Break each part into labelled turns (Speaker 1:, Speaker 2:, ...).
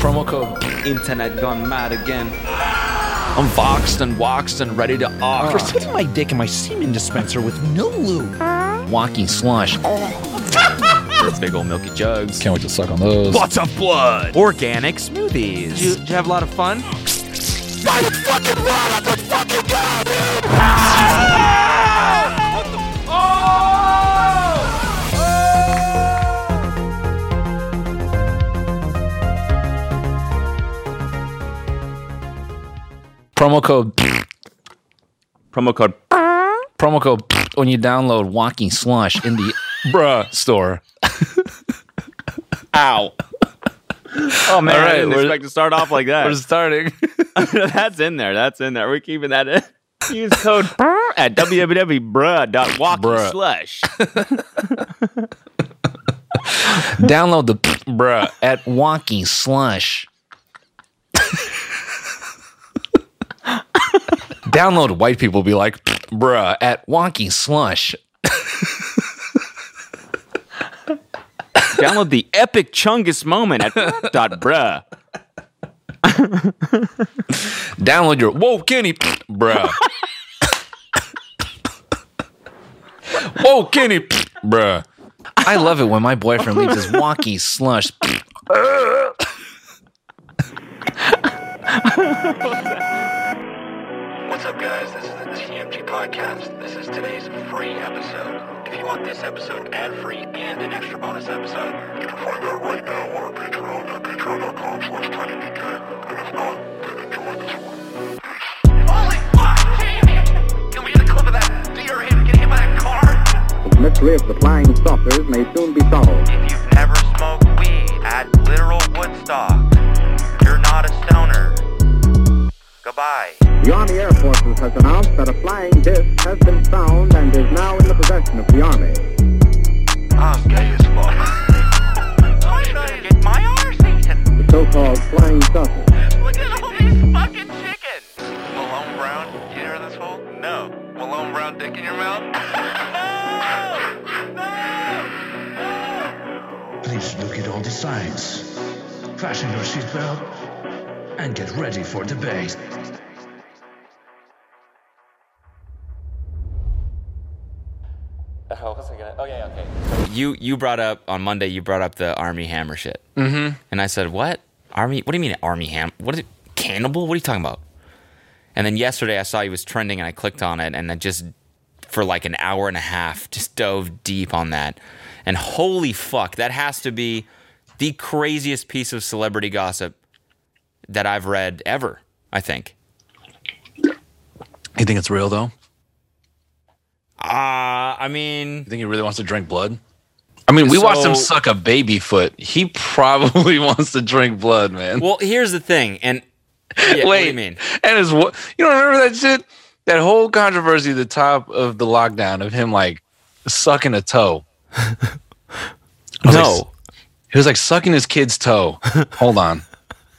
Speaker 1: promo code Internet Gone Mad again. I'm voxed and waxed and ready to
Speaker 2: For
Speaker 1: ox.
Speaker 2: sticking my dick in my semen dispenser with no lube.
Speaker 3: Walking slush.
Speaker 4: Ah.
Speaker 1: Big old milky jugs.
Speaker 5: Can't wait to suck on those.
Speaker 1: Lots of blood. Organic smoothies. Did you, did you have a lot of fun?
Speaker 3: Promo code. Promo code. Promo code when you download Walking Slush in the Bruh store.
Speaker 1: Ow.
Speaker 4: Oh man,
Speaker 3: All
Speaker 4: I
Speaker 3: right,
Speaker 4: didn't
Speaker 3: we're-
Speaker 4: expect to start off like that.
Speaker 3: We're starting.
Speaker 4: That's in there. That's in there. We're keeping that in. Use code at www.bruh.walkingslush.
Speaker 3: download the Bruh at Walking Slush. download white people be like Bruh at Walking Slush.
Speaker 4: Download the epic chungus moment at bruh.bruh.
Speaker 3: Download your Whoa Kenny Bruh. Whoa Oh, Kenny Bruh. I love it when my boyfriend leaves his walking slush
Speaker 6: What's up, guys? This is the TMG Podcast. This is today's free episode. If you want this episode ad-free and an extra bonus episode, you can find that right now on our Patreon at patreon.com slash tinydk. And if not, then enjoy this one. Holy fuck, Jamie! Can we get a clip of that deer him getting hit by a car?
Speaker 7: The mystery of the flying saucers may soon be solved.
Speaker 6: If you've never smoked weed at literal Woodstock, you're not a stoner. Goodbye.
Speaker 7: The Army Air Forces has announced that a flying disc has been found and is now in the possession of the Army.
Speaker 6: I'm gay as fuck. I'm trying to get my arse eaten.
Speaker 7: The so-called flying saucer.
Speaker 6: Look at all these fucking chickens. Malone Brown, you hear this hole? No. Malone Brown dick in your mouth? no! No!
Speaker 8: Please look at all the signs. Fasten your seatbelt and get ready for debate.
Speaker 4: You you brought up on Monday, you brought up the army hammer shit. Mm-hmm. And I said, What? Army what do you mean army ham what is it cannibal? What are you talking about? And then yesterday I saw he was trending and I clicked on it and I just for like an hour and a half just dove deep on that. And holy fuck, that has to be the craziest piece of celebrity gossip that I've read ever, I think.
Speaker 5: You think it's real though?
Speaker 4: Uh, I mean,
Speaker 5: You think he really wants to drink blood?
Speaker 3: I mean, we watched him
Speaker 4: So-
Speaker 3: suck a baby foot. He probably wants to drink blood, man.
Speaker 4: well, here's the thing, and yeah,
Speaker 3: Wait,
Speaker 4: what do you mean?
Speaker 3: And his what? You don't remember that shit? That whole controversy at the top of the lockdown of him like sucking a toe. I was like,
Speaker 4: No.
Speaker 3: he was like sucking his kid's toe. Hold on,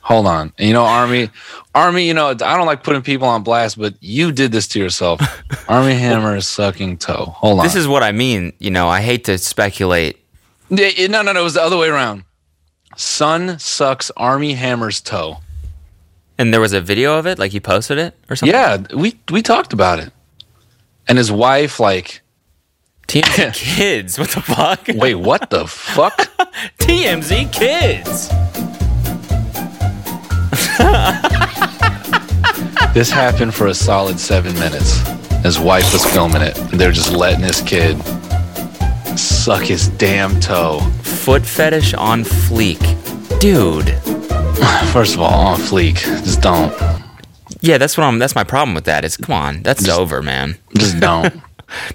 Speaker 3: hold on. And you know, Army, Army, you know, I don't like putting people on blast, but you did this to yourself. Army Hammer is sucking toe. Hold on.
Speaker 4: This is what I mean. You know, I hate to speculate.
Speaker 3: Yeah, yeah, no, no, no. It was the other way around. Son sucks Army Hammer's toe.
Speaker 4: And there was a video of it, like he posted it or something.
Speaker 3: Yeah, we we talked about it. And his wife, like,
Speaker 4: TMZ Kids. What the fuck?
Speaker 3: wait, what the fuck?
Speaker 4: TMZ Kids.
Speaker 3: This happened for a solid seven minutes. His wife was filming it. They're just letting this kid suck his damn toe.
Speaker 4: Foot fetish on fleek, dude.
Speaker 3: First of all, on fleek, just don't,
Speaker 4: Yeah, that's what I'm. That's my problem with that. Is come on, that's over, man.
Speaker 3: just don't.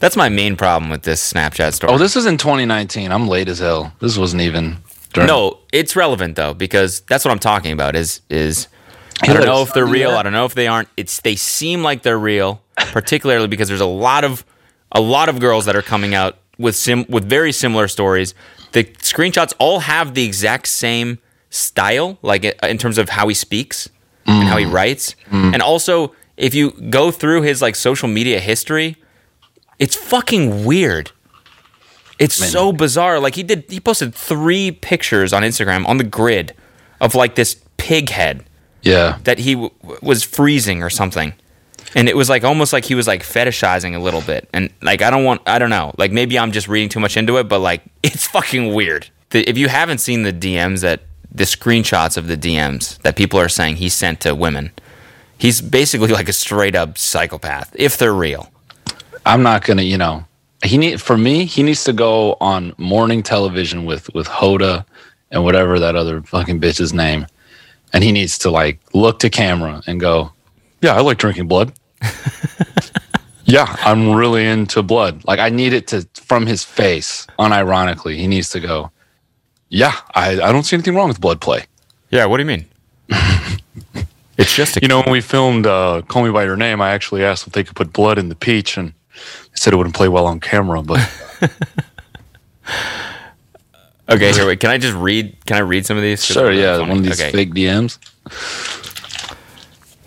Speaker 4: That's my main problem with this Snapchat story.
Speaker 3: oh, this was in 2019. I'm late as hell. This wasn't even. During,
Speaker 4: No, it's relevant though because that's what I'm talking about. Is is I
Speaker 3: Yeah,
Speaker 4: don't know
Speaker 3: it's
Speaker 4: if they're
Speaker 3: not
Speaker 4: real.
Speaker 3: yet.
Speaker 4: I don't know if they aren't. It's they seem like they're real, particularly because there's a lot of a lot of girls that are coming out with sim with very similar stories. The screenshots all have the exact same style, like i- in terms of how he speaks and how he
Speaker 3: Mm.
Speaker 4: writes, and also if you go through his like social media history, it's fucking weird. It's so bizarre. Like he did, he posted three pictures on Instagram on the grid of like this pig head
Speaker 3: Yeah.
Speaker 4: that he w- was freezing or something. And it was like almost like he was like fetishizing a little bit. And like, I don't want, I don't know. Like, maybe I'm just reading too much into it, but like, it's fucking weird. The, if you haven't seen the DMs that the screenshots of the DMs that people are saying he sent to women, he's basically like a straight up psychopath, if they're real.
Speaker 3: I'm not gonna, you know, he need for me. He needs to go on morning television with with Hoda and whatever that other fucking bitch's name, and he needs to like look to camera and go, "Yeah, I like drinking blood. yeah, I'm really into blood. Like I need it to from his face. Unironically, he needs to go, "Yeah, I I don't see anything wrong with blood play.
Speaker 4: Yeah, what do you mean? it's just a,
Speaker 3: You know, when we filmed uh, Call Me by Your Name, I actually asked if they could put blood in the peach, and they said it wouldn't play well on camera, but."
Speaker 4: okay, here, wait. Can I just read? Can I read some of these? 'Cause
Speaker 3: Sure,
Speaker 4: they're really
Speaker 3: yeah,
Speaker 4: funny.
Speaker 3: one of these
Speaker 4: Okay.
Speaker 3: fake DMs.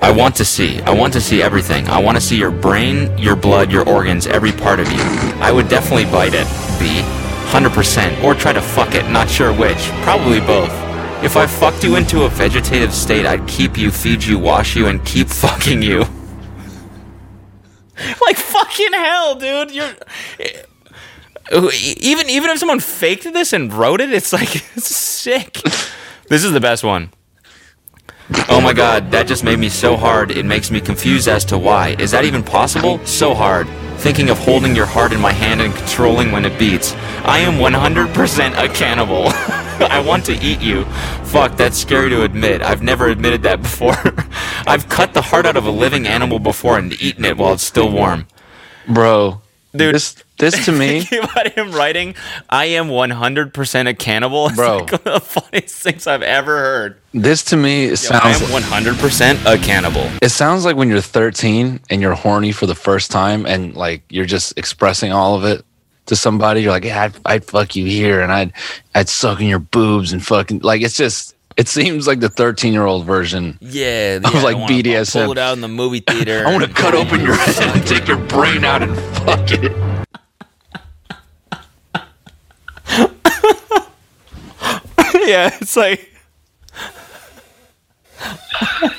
Speaker 4: I want to see. I want to see everything. I want to see your brain, your blood, your organs, every part of you. I would definitely bite it, B. 100%. Or try to fuck it, not sure which. Probably both. If I fucked you into a vegetative state, I'd keep you, feed you, wash you, and keep fucking you. like fucking hell, dude. You're. e, Even even if someone faked this and wrote it, it's like it's sick. This is the best one. Oh my god, that just made me so hard, it makes me confused as to why. Is that even possible? So hard. Thinking of holding your heart in my hand and controlling when it beats. I am 100% a cannibal. I want to eat you. Fuck, that's scary to admit. I've never admitted that before. I've cut the heart out of a living animal before and eaten it while it's still warm.
Speaker 3: Bro,
Speaker 4: Dude.
Speaker 3: this this to me,
Speaker 4: Thinking about him writing, I am 100% a cannibal. It's
Speaker 3: Bro.
Speaker 4: like one of the funniest things I've ever heard.
Speaker 3: this to me it
Speaker 4: I am
Speaker 3: sounds
Speaker 4: 100% a cannibal.
Speaker 3: it sounds like when you're 13 and you're horny for the first time and like you're just expressing all of it to somebody. You're like, yeah, I'd, I'd fuck you here and I'd I'd suck in your boobs and fucking like it's just it seems like the 13 year old version.
Speaker 4: Yeah,
Speaker 3: was
Speaker 4: yeah,
Speaker 3: like,
Speaker 4: wanna
Speaker 3: BDSM.
Speaker 4: Pull it out in the movie theater.
Speaker 3: I want to cut open your head and take your brain out and fuck it.
Speaker 4: yeah, it's like.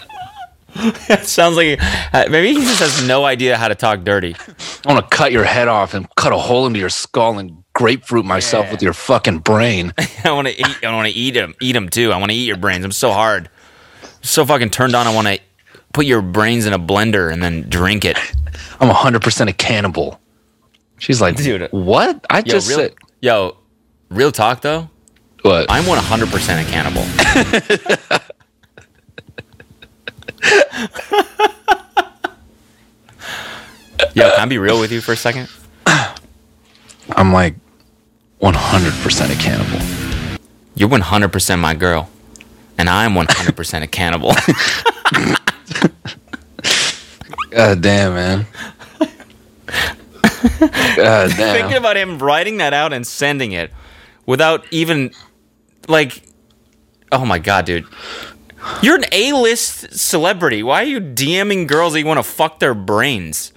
Speaker 4: it sounds like uh, maybe he just has no idea how to talk dirty.
Speaker 3: I want to cut your head off and cut a hole into your skull and grapefruit myself with your fucking brain.
Speaker 4: I want to eat. I want to eat him. Eat him too. I want to eat your brains. I'm so hard. so fucking turned on. I want to put your brains in a blender and then drink it.
Speaker 3: I'm 100% a cannibal. She's like,
Speaker 4: Dude.
Speaker 3: what? I just
Speaker 4: real,
Speaker 3: said,
Speaker 4: yo, real talk though.
Speaker 3: what?
Speaker 4: I'm 100% a cannibal. Yo, can I be real with you for a second?
Speaker 3: I'm like 100% a cannibal.
Speaker 4: You're 100% my girl, and I'm 100% a cannibal.
Speaker 3: God damn, man. God damn.
Speaker 4: Thinking about him writing that out and sending it without even, like, oh my god, dude. You're an A-list celebrity. Why are you DMing girls that you want to fuck their brains?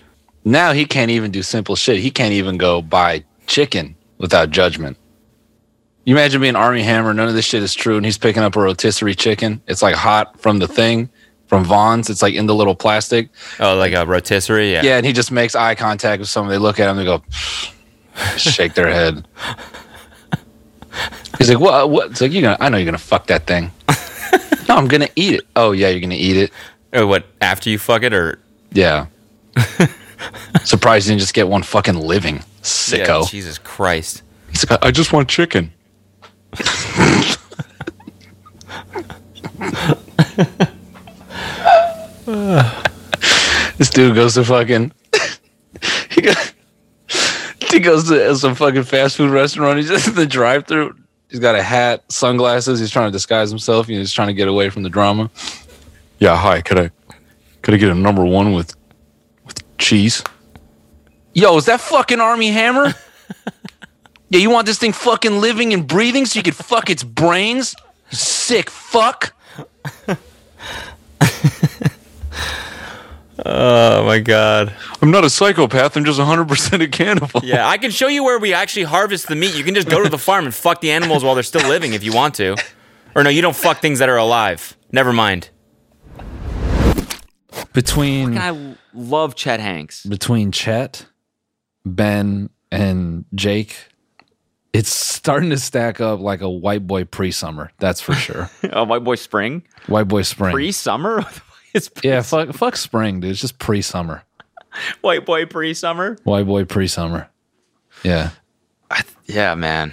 Speaker 3: now he can't even do simple shit. He can't even go buy chicken without judgment. You imagine being Army Hammer, none of this shit is true, and he's picking up a rotisserie chicken. It's like hot from the thing, from Vaughn's. It's like in the little plastic.
Speaker 4: Oh, like a rotisserie? Yeah.
Speaker 3: Yeah, and he just makes eye contact with someone. They look at him, they go, shake their head. He's like, "What? What?" It's like you gonna. I know you're gonna fuck that thing. no, I'm gonna eat it. Oh yeah, you're gonna eat it.
Speaker 4: Or Oh, what, after you fuck it or
Speaker 3: Yeah. Surprised you didn't just get one fucking living
Speaker 4: Yeah,
Speaker 3: sicko.
Speaker 4: Jesus Christ.
Speaker 3: He's like, I just want chicken. this dude goes to fucking. he goes. He goes to some fucking fast food restaurant. He's just in the drive-through. He's got a hat, sunglasses. He's trying to disguise himself. You know, he's trying to get away from the drama. Yeah, hi. Could I, could I get a number one with, with cheese? Yo, is that fucking Army Hammer? Yeah, you want this thing fucking living and breathing so you could fuck its brains? You sick fuck.
Speaker 4: Oh my god.
Speaker 3: I'm not a psychopath. I'm just 100% a cannibal.
Speaker 4: Yeah, I can show you where we actually harvest the meat. You can just go to the farm and fuck the animals while they're still living if you want to.
Speaker 9: Or no, you don't fuck things that are alive. Never mind.
Speaker 3: Between
Speaker 4: I love Chet Hanks.
Speaker 3: between Chet, Ben, and Jake, it's starting to stack up like a white boy pre-summer. That's for sure.
Speaker 4: Oh, my boy Spring.
Speaker 3: white boy spring.
Speaker 4: Pre summer? it's
Speaker 3: yeah, fuck, fuck spring, dude. It's just pre-summer.
Speaker 4: white boy pre summer.
Speaker 3: White boy pre-summer. Yeah.
Speaker 4: Yeah, man.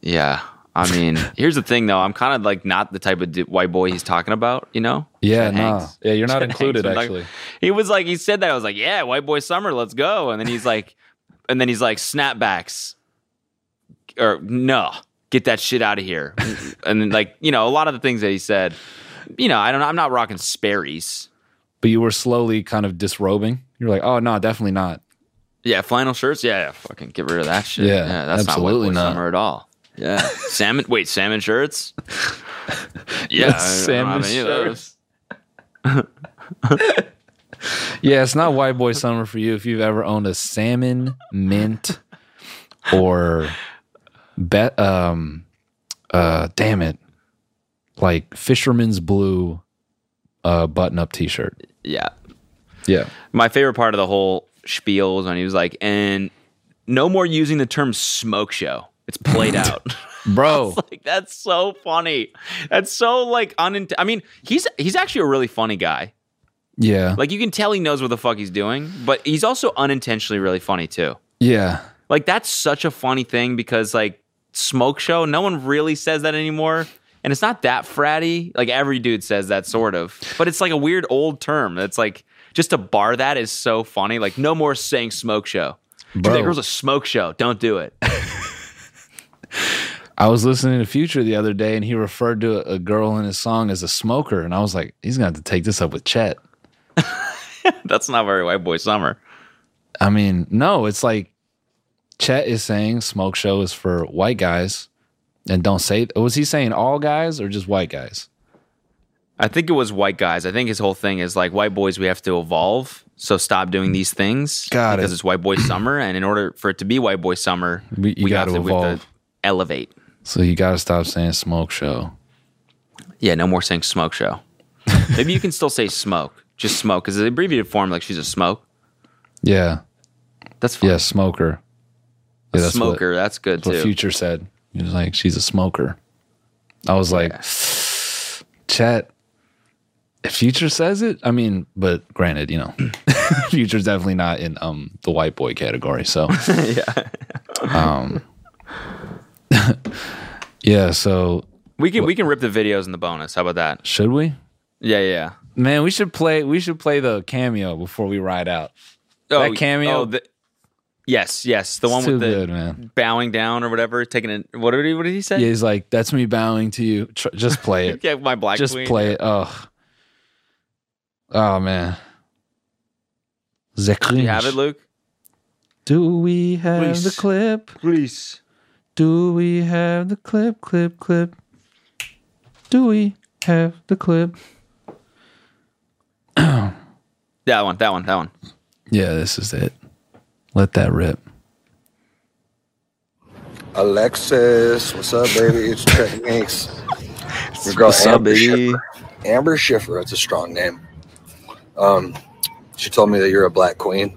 Speaker 4: Yeah. I mean, here's the thing though. I'm kind of like not the type of d- white boy he's talking about, you know?
Speaker 3: Yeah,
Speaker 4: Chet
Speaker 3: no.
Speaker 4: Hanks.
Speaker 3: Yeah, you're not
Speaker 4: Chet
Speaker 3: included
Speaker 4: Hanks was like-
Speaker 3: actually.
Speaker 4: he was like, he said that. I was like, yeah, white boy summer, let's go. And then he's like, and then he's like, snapbacks. Or no, get that shit out of here. and then like, you know, a lot of the things that he said, you know, I don't know. I'm not rocking Sperry's.
Speaker 3: but you were slowly kind of disrobing. You're like, oh no, definitely not.
Speaker 4: Yeah, flannel shirts. Yeah, yeah, fucking get rid of that shit.
Speaker 3: Yeah,
Speaker 4: Yeah, that's
Speaker 3: absolutely
Speaker 4: not white boy
Speaker 3: not.
Speaker 4: summer at all. Yeah, salmon. Wait, salmon shirts. Yeah,
Speaker 3: Salmon
Speaker 4: salmon shirts.
Speaker 3: Yeah, it's not white boy summer for you if you've ever owned a salmon mint or bet um uh damn it like fisherman's blue uh button up t-shirt.
Speaker 4: Yeah,
Speaker 3: Yeah.
Speaker 4: my favorite part of the whole spiel was when he was like, "And no more using the term smoke show. It's played out."
Speaker 3: Bro,
Speaker 4: like that's so funny. That's so like unint. I mean, he's he's actually a really funny guy.
Speaker 3: yeah.
Speaker 4: Like you can tell he knows what the fuck he's doing, but he's also unintentionally really funny too.
Speaker 3: Yeah.
Speaker 4: Like that's such a funny thing because like smoke show, no one really says that anymore. And it's not that fratty. Like every dude says that sort of. But it's like a weird old term that's like just to bar that is so funny. Like no more saying smoke show. Dude,
Speaker 3: Bro.
Speaker 4: that girl's a smoke show. Don't do it.
Speaker 3: I was listening to Future the other day and he referred to a a girl in his song as a smoker and I was like, he's going to have to take this up with Chet.
Speaker 4: That's not very white boy summer.
Speaker 3: I mean, no, it's like Chet is saying smoke show is for white guys and don't say was he saying all guys or just white guys?
Speaker 4: I think it was white guys. I think his whole thing is like white boys, we have to evolve. So stop doing these things
Speaker 3: Got
Speaker 4: because
Speaker 3: it.
Speaker 4: it's white boy summer. And in order for it to be white boy summer,
Speaker 3: We- you gotta
Speaker 4: we have
Speaker 3: evolve.
Speaker 4: elevate.
Speaker 3: So you got to stop saying smoke show.
Speaker 4: Yeah, no more saying smoke show. Maybe you can still say smoke, just smoke, because the abbreviated form, like she's a smoke.
Speaker 3: Yeah.
Speaker 4: That's fine.
Speaker 3: Yeah, smoker. Yeah, that's what-
Speaker 4: smoker, that's good
Speaker 3: that's what,
Speaker 4: too.
Speaker 3: Future said. He was like she's a smoker. I was like Chet if Future says it, I mean, but granted, you know, Future's definitely not in um the white boy category, so Um, yeah, so
Speaker 4: we can we can rip the videos in the bonus. How about that?
Speaker 3: should we?
Speaker 4: Yeah, yeah.
Speaker 3: Man, we should play. We should play the cameo before we ride out.
Speaker 4: Oh,
Speaker 3: That cameo-
Speaker 4: oh, the- yes, yes, the one
Speaker 3: It's too
Speaker 4: with the
Speaker 3: good, man.
Speaker 4: bowing down or whatever, taking it. What did he? What did he say?
Speaker 3: Yeah, he's like, "That's me bowing to you." Tr- just play it.
Speaker 4: Yeah, my black
Speaker 3: just
Speaker 4: queen.
Speaker 3: play it. Oh, oh man. The
Speaker 4: You have it,
Speaker 3: cringe.
Speaker 4: Luke.
Speaker 3: Do we have the clip?
Speaker 4: Please.
Speaker 3: Do we have the clip? Clip, clip. Do we have the clip?
Speaker 4: That one. That one. That one.
Speaker 3: Yeah, this is it. Let that rip.
Speaker 10: Alexis, what's up, baby? It's Chet Hanks. Your girl
Speaker 4: What's up,
Speaker 10: Amber
Speaker 4: baby?
Speaker 10: Schiffer. Amber Schiffer, that's a strong name. Um, she told me that you're a black queen.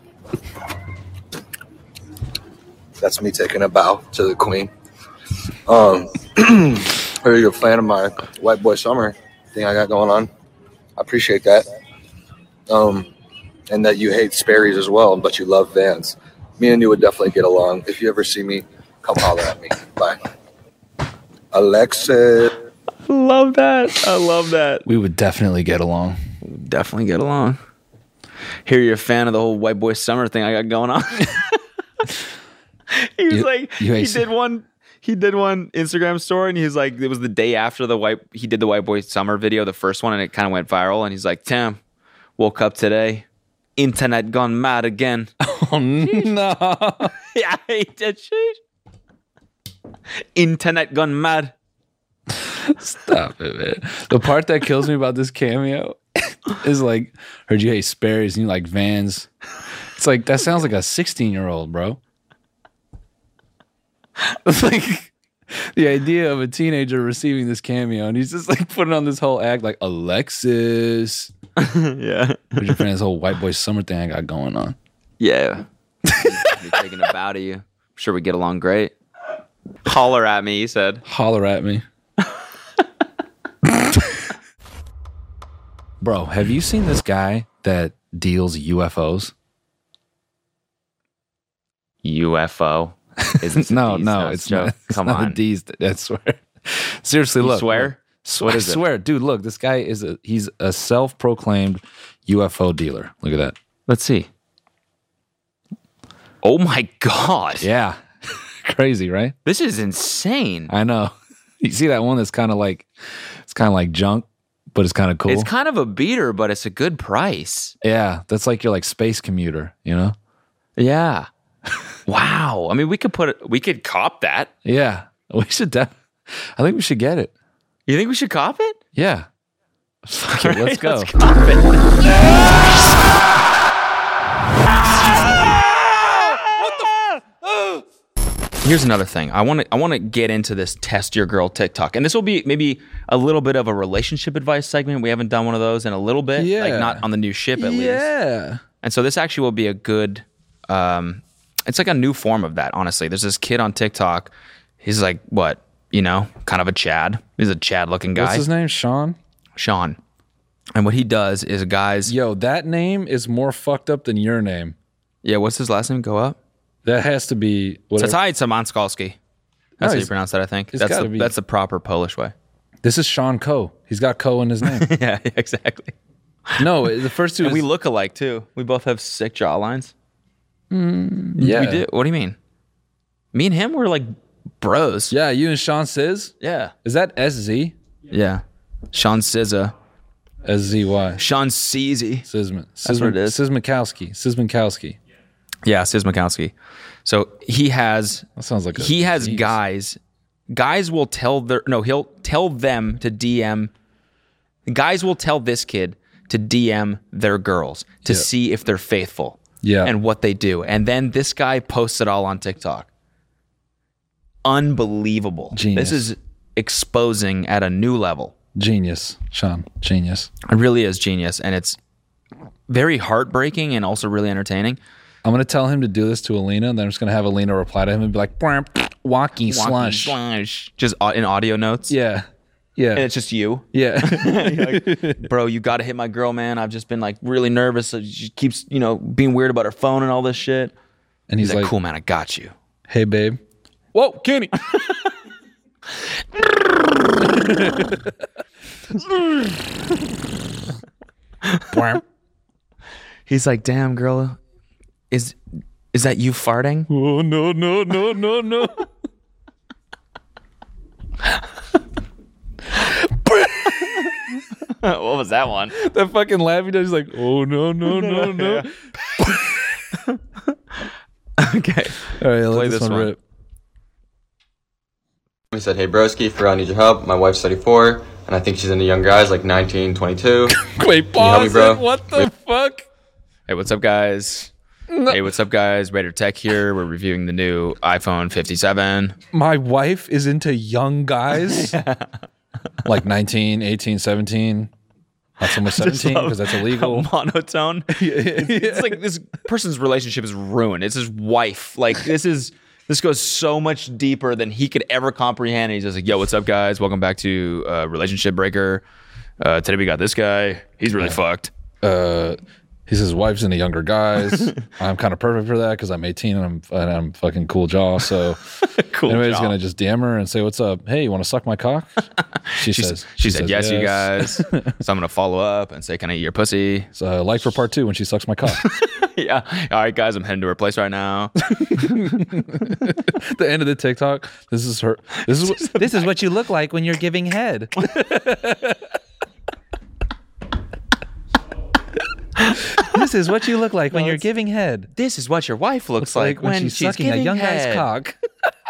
Speaker 10: That's me taking a bow to the queen. Um, are you a fan of my white boy summer thing I got going on? I appreciate that. Um, and that you hate Sperry's as well, but you love Vans. Me and you would definitely get along. If you ever see me, come holler at me. Bye. Alexa.
Speaker 4: Love that. I love that.
Speaker 3: We would definitely get along.
Speaker 4: Definitely get along. Hear you're a fan of the whole white boy summer thing I got going on. he was
Speaker 3: You-
Speaker 4: like,
Speaker 3: you
Speaker 4: he
Speaker 3: ain't-
Speaker 4: did one. He did one Instagram story, and he was like, it was the day after the white. He did the white boy summer video, the first one, and it kind of went viral. And he's like, Tim, woke up today, internet gone mad again.
Speaker 3: Oh no.
Speaker 4: yeah, he did shit. Internet gone mad.
Speaker 3: Stop it, man. The part that kills me about this cameo is like, heard you hate Sperry's and you like Vans. It's like, that sounds like a 16 year old, bro. It's like, the idea of a teenager receiving this cameo and he's just like putting on this whole act like Alexis.
Speaker 4: yeah.
Speaker 3: Put your friend this whole white boy summer thing I got going on.
Speaker 4: Yeah. Be taking a bow to you. I'm sure we get along great. Holler at me, he said.
Speaker 3: Holler at me. Bro, have you seen this guy that deals UFOs?
Speaker 4: UFO. Isn't
Speaker 3: No,
Speaker 4: these
Speaker 3: no,
Speaker 4: nuts,
Speaker 3: it's
Speaker 4: Joe?
Speaker 3: not. It's
Speaker 4: Come
Speaker 3: not
Speaker 4: on.
Speaker 3: a D's. I swear. Seriously,
Speaker 4: You
Speaker 3: look.
Speaker 4: swear?
Speaker 3: Swear,
Speaker 4: What is it?
Speaker 3: swear, dude. Look, this guy is a he's a self-proclaimed UFO dealer. Look at that.
Speaker 4: Let's see. Oh my god.
Speaker 3: Yeah, crazy, right?
Speaker 4: This is insane.
Speaker 3: I know. You see that one that's kind of like it's kind of like junk, but it's kind of cool.
Speaker 4: It's kind of a beater, but it's a good price.
Speaker 3: yeah, that's like your like space commuter, you know?
Speaker 4: Yeah. wow. I mean, we could put we could cop that.
Speaker 3: Yeah, we should. Def- I think we should get it.
Speaker 4: You think we should cop it?
Speaker 3: Yeah. Fuck it, let's go.
Speaker 4: Here's another thing. I want to I want to get into this test your girl TikTok, and this will be maybe a little bit of a relationship advice segment. We haven't done one of those in a little bit,
Speaker 3: Yeah.
Speaker 4: like not on the new ship at least.
Speaker 3: Yeah.
Speaker 4: And so this actually will be a good. Um, it's like a new form of that. Honestly, there's this kid on TikTok. He's like what you know, kind of a Chad. He's a Chad looking guy,
Speaker 3: What's his name? Sean.
Speaker 4: Sean. And what he does is guys.
Speaker 3: Yo, that name is more fucked up than your name.
Speaker 4: Yeah, what's his last name? Go up.
Speaker 3: That has to be whatever.
Speaker 4: Tatai Samanskalski. That's how you
Speaker 3: he's-
Speaker 4: pronounce that, I think.
Speaker 3: it's
Speaker 4: That's
Speaker 3: gotta
Speaker 4: the,
Speaker 3: be.
Speaker 4: that's the proper Polish way.
Speaker 3: This is Sean Coe. He's got Coe in his name.
Speaker 4: yeah, exactly.
Speaker 3: no, the first two.
Speaker 4: And
Speaker 3: is-
Speaker 4: we look alike too. We both have sick jawlines.
Speaker 3: Hmm. yeah.
Speaker 4: We do. What do you mean? Me and him were like bros.
Speaker 3: Yeah, you and Sean Sizz.
Speaker 4: Yeah.
Speaker 3: Is that S Z?
Speaker 4: Yeah. Sean Sizza.
Speaker 3: S Z Y.
Speaker 4: Sean Sizzy.
Speaker 3: Sisman.
Speaker 4: what it
Speaker 3: Sisman.
Speaker 4: is.
Speaker 3: Sismankowski. Sismankowski.
Speaker 4: Yeah, Sizmakowski. So he has
Speaker 3: That sounds like a
Speaker 4: he has
Speaker 3: disease.
Speaker 4: guys. Guys will tell their no, he'll tell them to DM. Guys will tell this kid to DM their girls to see if they're faithful.
Speaker 3: Yeah.
Speaker 4: And what they do. And then this guy posts it all on TikTok. Unbelievable.
Speaker 3: Genius.
Speaker 4: This is exposing at a new level.
Speaker 3: Genius, Sean. Genius.
Speaker 4: It really is genius. And it's very heartbreaking and also really entertaining.
Speaker 3: I'm gonna tell him to do this to Alina, and then I'm just gonna have Alina reply to him and be like, "Bwomp, "Walkie slush."
Speaker 4: Slush. Just au- in audio notes.
Speaker 3: Yeah,
Speaker 4: And
Speaker 3: yeah,
Speaker 4: it's just you.
Speaker 3: yeah.
Speaker 4: bro, you gotta hit my girl, man. I've just been like really nervous. So she keeps, you know, being weird about her phone and all this shit.
Speaker 3: And
Speaker 4: He's,
Speaker 3: he's,
Speaker 4: like,
Speaker 3: like,
Speaker 4: cool, man, I got you.
Speaker 3: "Hey, babe." Whoa, Kenny. Bwomp.
Speaker 4: He's like, damn, girl, is is that you farting?
Speaker 3: oh no no no no no!
Speaker 4: what was that one?
Speaker 3: that fucking laughing. He's like, "Oh no no no no!"
Speaker 4: okay.
Speaker 3: All right, let
Speaker 4: Play
Speaker 3: this,
Speaker 4: this
Speaker 3: one
Speaker 4: one.
Speaker 3: rip.
Speaker 11: We said, hey, broski, for real, I need your help. My wife's 34, and I think she's into young guys like 19, 22.
Speaker 3: Wait,
Speaker 11: help me,
Speaker 3: pause
Speaker 11: bro?
Speaker 3: it. What the fuck?
Speaker 4: Hey, what's up, guys? Hey, what's up, guys? Raider Tech here. We're reviewing the new iPhone 57.
Speaker 3: my wife is into young guys like 19 18 17 not so much 17 because that's illegal
Speaker 4: Monotone. it's like this person's relationship is ruined. It's his wife. Like this is this goes so much deeper than he could ever comprehend. And he's just like, "Yo, what's up, guys? Welcome back to uh, Relationship Breaker. Uh, today we got this guy. He's really fucked.
Speaker 3: uh he says his wife's into younger guys i'm kind of perfect for that because i'm 18 and i'm and i'm fucking cool jaw so
Speaker 4: Cool.
Speaker 3: anybody's
Speaker 4: job.
Speaker 3: gonna just dm her and say what's up hey you want to suck my cock she,
Speaker 4: She,
Speaker 3: says
Speaker 4: she, said, yes, you
Speaker 3: yes.
Speaker 4: guys. so I'm gonna follow up and say, "Can I eat your pussy?
Speaker 3: so like for part two when she sucks my cock
Speaker 4: yeah. All right, guys. I'm heading to her place right now.
Speaker 3: at the end of the tiktok this is her this is what, this is what you look like when you're giving head this is what you look like when you're giving head.
Speaker 4: this is what your wife looks
Speaker 3: It's like, when, she's, sucking a
Speaker 4: giving
Speaker 3: young
Speaker 4: head.
Speaker 3: guy's cock.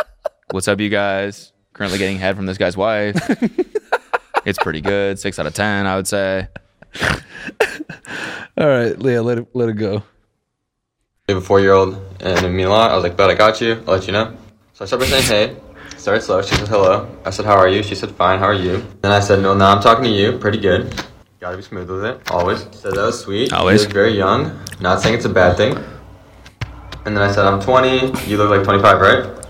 Speaker 4: What's up, you guys? Currently getting head from this guy's wife. it's pretty good. Six out of 10, I would say.
Speaker 3: All right, Leah, let it let it go.
Speaker 11: I have a four year old, and it mean a lot. I was like, bet I got you. I'll let you know. So I started by saying, hey. Started slow. She said hello. I said how are you? She said fine. How are you? Then I said no, no, I'm talking to you. Pretty good. Gotta be smooth with it. Always. She said that was sweet.
Speaker 4: Always.
Speaker 11: You look very young. Not saying it's a bad thing. And then I said I'm 20. You look like 25, right?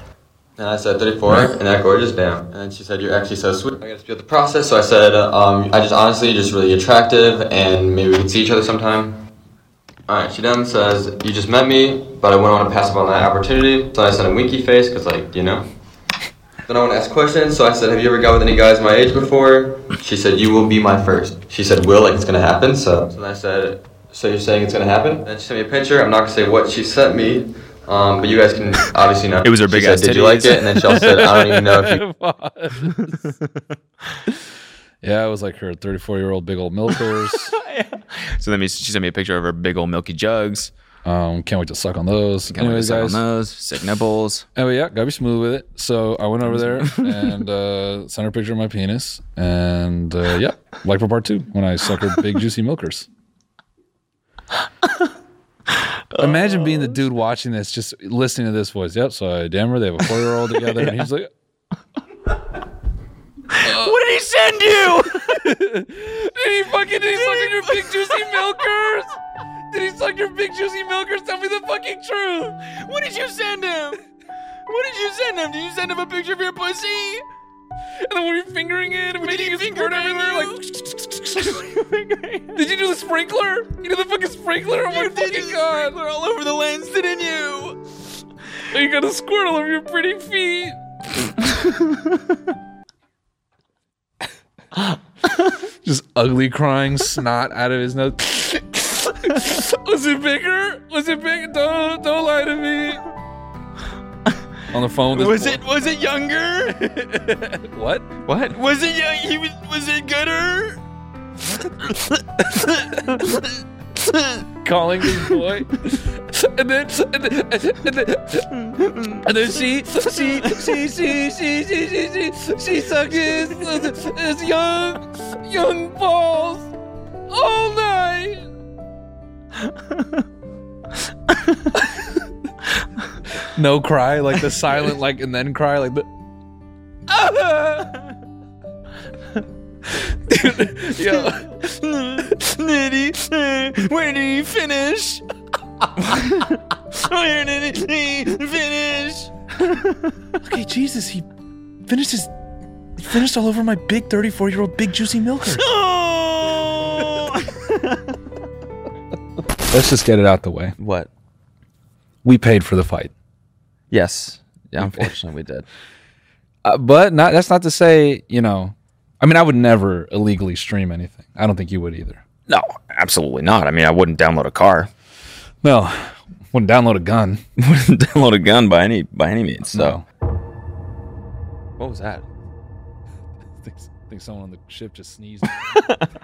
Speaker 11: And I said 34. And that gorgeous damn. And then she said you're actually so sweet. I gotta speed up the process. So I said um, I just honestly just really attractive and maybe we can see each other sometime. Alright, she then says, You just met me, but I wouldn't want to pass up on that opportunity. So I sent a winky face, because, like, you know. Then I want to ask questions, so I said, Have you ever got with any guys my age before? She said, You will be my first. She said, Will, like it's going to happen, so. So then I said, So you're saying it's going to happen? Then she sent me a picture. I'm not going to say what she sent me. Um, but you guys can obviously know.
Speaker 4: It was her
Speaker 11: She
Speaker 4: big
Speaker 11: said,
Speaker 4: ass
Speaker 11: Did you like it? And then she also said, I don't even know if you
Speaker 3: Yeah, it was like her 34 year old big old milkers.
Speaker 4: So that means she sent me a picture of her big old milky jugs.
Speaker 3: um, can't wait to suck on those.
Speaker 4: Can't wait to
Speaker 3: Anyways,
Speaker 4: suck on
Speaker 3: guys.
Speaker 4: those. Sick nipples.
Speaker 3: Anyway, yeah, gotta be smooth with it. So I went over there and uh, sent her a picture of my penis, and uh, yeah, like for part two when I suck her big juicy milkers. Imagine being the dude watching this, just listening to this voice. Yep. So I damn her. They have a four year old together, and he's like,
Speaker 4: What did he send you?
Speaker 3: "Did he fucking? Did he suck on your big juicy milkers? Did he suck your big juicy milkers? Tell me the fucking truth."
Speaker 12: What did you send him? What did you send him? Did you send him a picture of your pussy?
Speaker 3: And then were you fingering it? And did you finger everywhere? Like, did you do the sprinkler? You did the fucking sprinkler? Oh my fucking god!
Speaker 12: We're all over the lens, didn't you?
Speaker 3: You got a squirt all over your pretty feet. Just ugly crying snot out of his nose. Was it bigger? Was it bigger? Don't don't lie to me. On the phone with
Speaker 12: Was
Speaker 3: his
Speaker 12: it was it younger?
Speaker 3: what?
Speaker 4: What?
Speaker 12: Was it young? He was was it gooder?
Speaker 3: calling this boy. and then, and then, and then, and then she, she, she, she, she, she, she, she, she sucked his, his young, young balls all night. no cry, like the silent, like, and then cry, like the. Dude, yo.
Speaker 12: Nitty, where do you finish? Where did he finish?
Speaker 13: Okay, Jesus, he finished his. he Finished all over my big 34 year old big juicy milker.
Speaker 3: Let's just get it out the way.
Speaker 4: What?
Speaker 3: We paid for the fight.
Speaker 4: Yes. Yeah, unfortunately, we did.
Speaker 3: Uh, but not that's not to say you know i mean i would never illegally stream anything i don't think you would either
Speaker 4: No, absolutely not. I mean, I wouldn't download a car,
Speaker 3: no wouldn't download a gun
Speaker 4: wouldn't download a gun by any by any means. So,
Speaker 3: no
Speaker 4: what was that?
Speaker 3: think, think someone on the ship just sneezed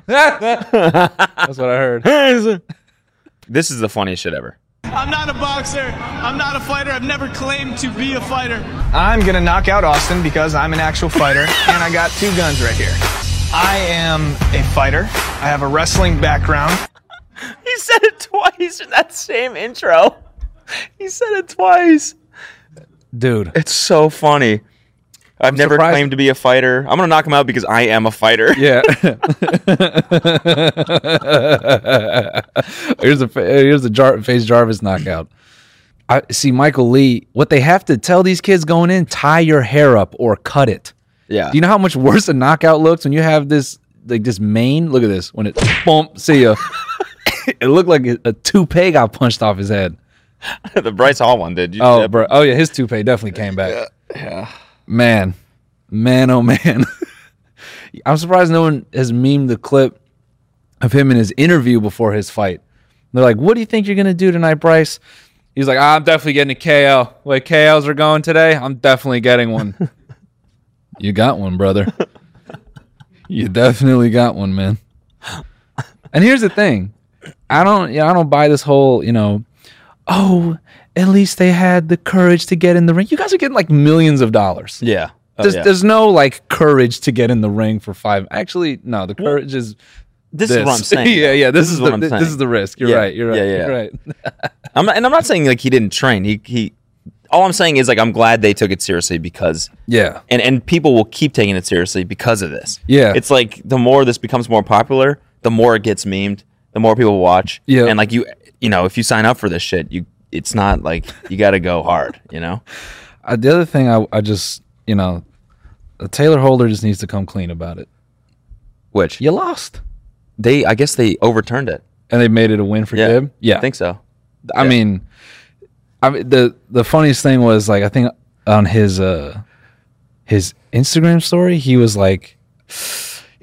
Speaker 3: that's what i heard
Speaker 4: This is the funniest shit ever.
Speaker 14: I'm not a boxer. I'm not a fighter. I've never claimed to be a fighter.
Speaker 15: I'm gonna knock out Austin because I'm an actual fighter and I got two guns right here. I am a fighter. I have a wrestling background.
Speaker 12: He said it twice in that same intro. He said it twice.
Speaker 3: dude
Speaker 4: It's so funny. I've never
Speaker 3: surprised-
Speaker 4: claimed to be a fighter. I'm gonna knock him out because I am a fighter.
Speaker 3: yeah here's a fa- here's the Jar- face jarvis knockout i see michael lee what they have to tell these kids going in tie your hair up or cut it
Speaker 4: Yeah.
Speaker 3: Do you know how much worse a knockout looks when you have this like this mane? Look at this. When it bump, see ya. it looked like a, a toupee got punched off his head.
Speaker 4: the Bryce Hall one did. You,
Speaker 3: Oh, bro. Oh yeah, his toupee definitely came back. Yeah. Man, man, oh man. I'm surprised no one has memed the clip of him in his interview before his fight. They're like, "What do you think you're gonna do tonight, Bryce?" He's like, "I'm definitely getting a KO. Like KOs are going today. I'm definitely getting one." you got one, brother. you definitely got one, man. And here's the thing, I don't, you know, I don't buy this whole, you know, oh, at least they had the courage to get in the ring. You guys are getting like millions of dollars.
Speaker 4: Yeah. Oh,
Speaker 3: There's,
Speaker 4: yeah.
Speaker 3: there's no like courage to get in the ring for five. Actually, no, the courage is
Speaker 4: this,
Speaker 3: this.
Speaker 4: is what I'm saying.
Speaker 3: yeah, yeah. This,
Speaker 4: This
Speaker 3: is,
Speaker 4: is
Speaker 3: the,
Speaker 4: what I'm
Speaker 3: thi- This
Speaker 4: saying.
Speaker 3: is the risk. You're
Speaker 4: Yeah,
Speaker 3: right. You're right.
Speaker 4: yeah, yeah.
Speaker 3: You're right.
Speaker 4: I'm not, and I'm not saying like he didn't train. He he all I'm saying is like I'm glad they took it seriously because
Speaker 3: Yeah.
Speaker 4: and and people will keep taking it seriously because of this.
Speaker 3: Yeah.
Speaker 4: it's like the more this becomes more popular, the more it gets memed, the more people watch.
Speaker 3: Yeah.
Speaker 4: and like you, you know, if you sign up for this shit, you it's not like you got to go hard. You know,
Speaker 3: Uh, the other thing I, I just, you know, uh, Taylor Holder just needs to come clean about it.
Speaker 4: Which?
Speaker 3: You lost.
Speaker 4: They, I guess they overturned it.
Speaker 3: And they made it a win for
Speaker 4: Yeah,
Speaker 3: Dib? Yeah.
Speaker 4: I think so.
Speaker 3: I mean, I mean, the, the funniest thing was, like, I think on his, uh, his Instagram story, he was like,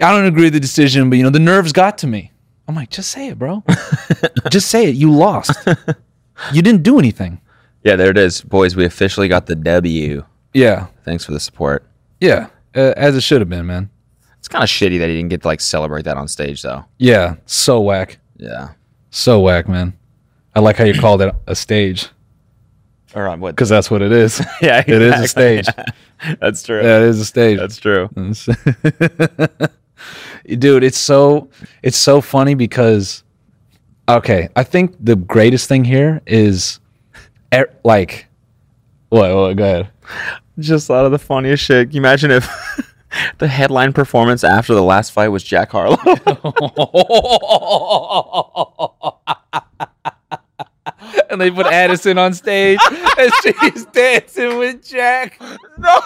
Speaker 3: I don't agree with the decision, but, you know, the nerves got to me. I'm like, just say it, bro. just say it. You lost. you didn't do anything.
Speaker 4: Yeah, there it is, boys. We officially got the W.
Speaker 3: Yeah.
Speaker 4: Thanks for the support.
Speaker 3: Yeah. Uh, as it should have been, man.
Speaker 4: It's kind of shitty that he didn't get to like celebrate that on stage though.
Speaker 3: Yeah. So whack.
Speaker 4: Yeah.
Speaker 3: So whack, man. I like how you called it a stage.
Speaker 4: Or on what?
Speaker 3: Because that's what it is.
Speaker 4: Yeah,
Speaker 3: It is a
Speaker 4: exactly.
Speaker 3: stage.
Speaker 4: That's true.
Speaker 3: Yeah, it is a stage.
Speaker 4: That's true.
Speaker 3: Dude, it's so it's so funny because okay, I think the greatest thing here is er, like what, what go ahead.
Speaker 4: Just thought of the funniest shit. Can you imagine if the headline performance after the last fight was Jack Harlow?
Speaker 3: and they put Addison on stage and she's dancing with Jack. No.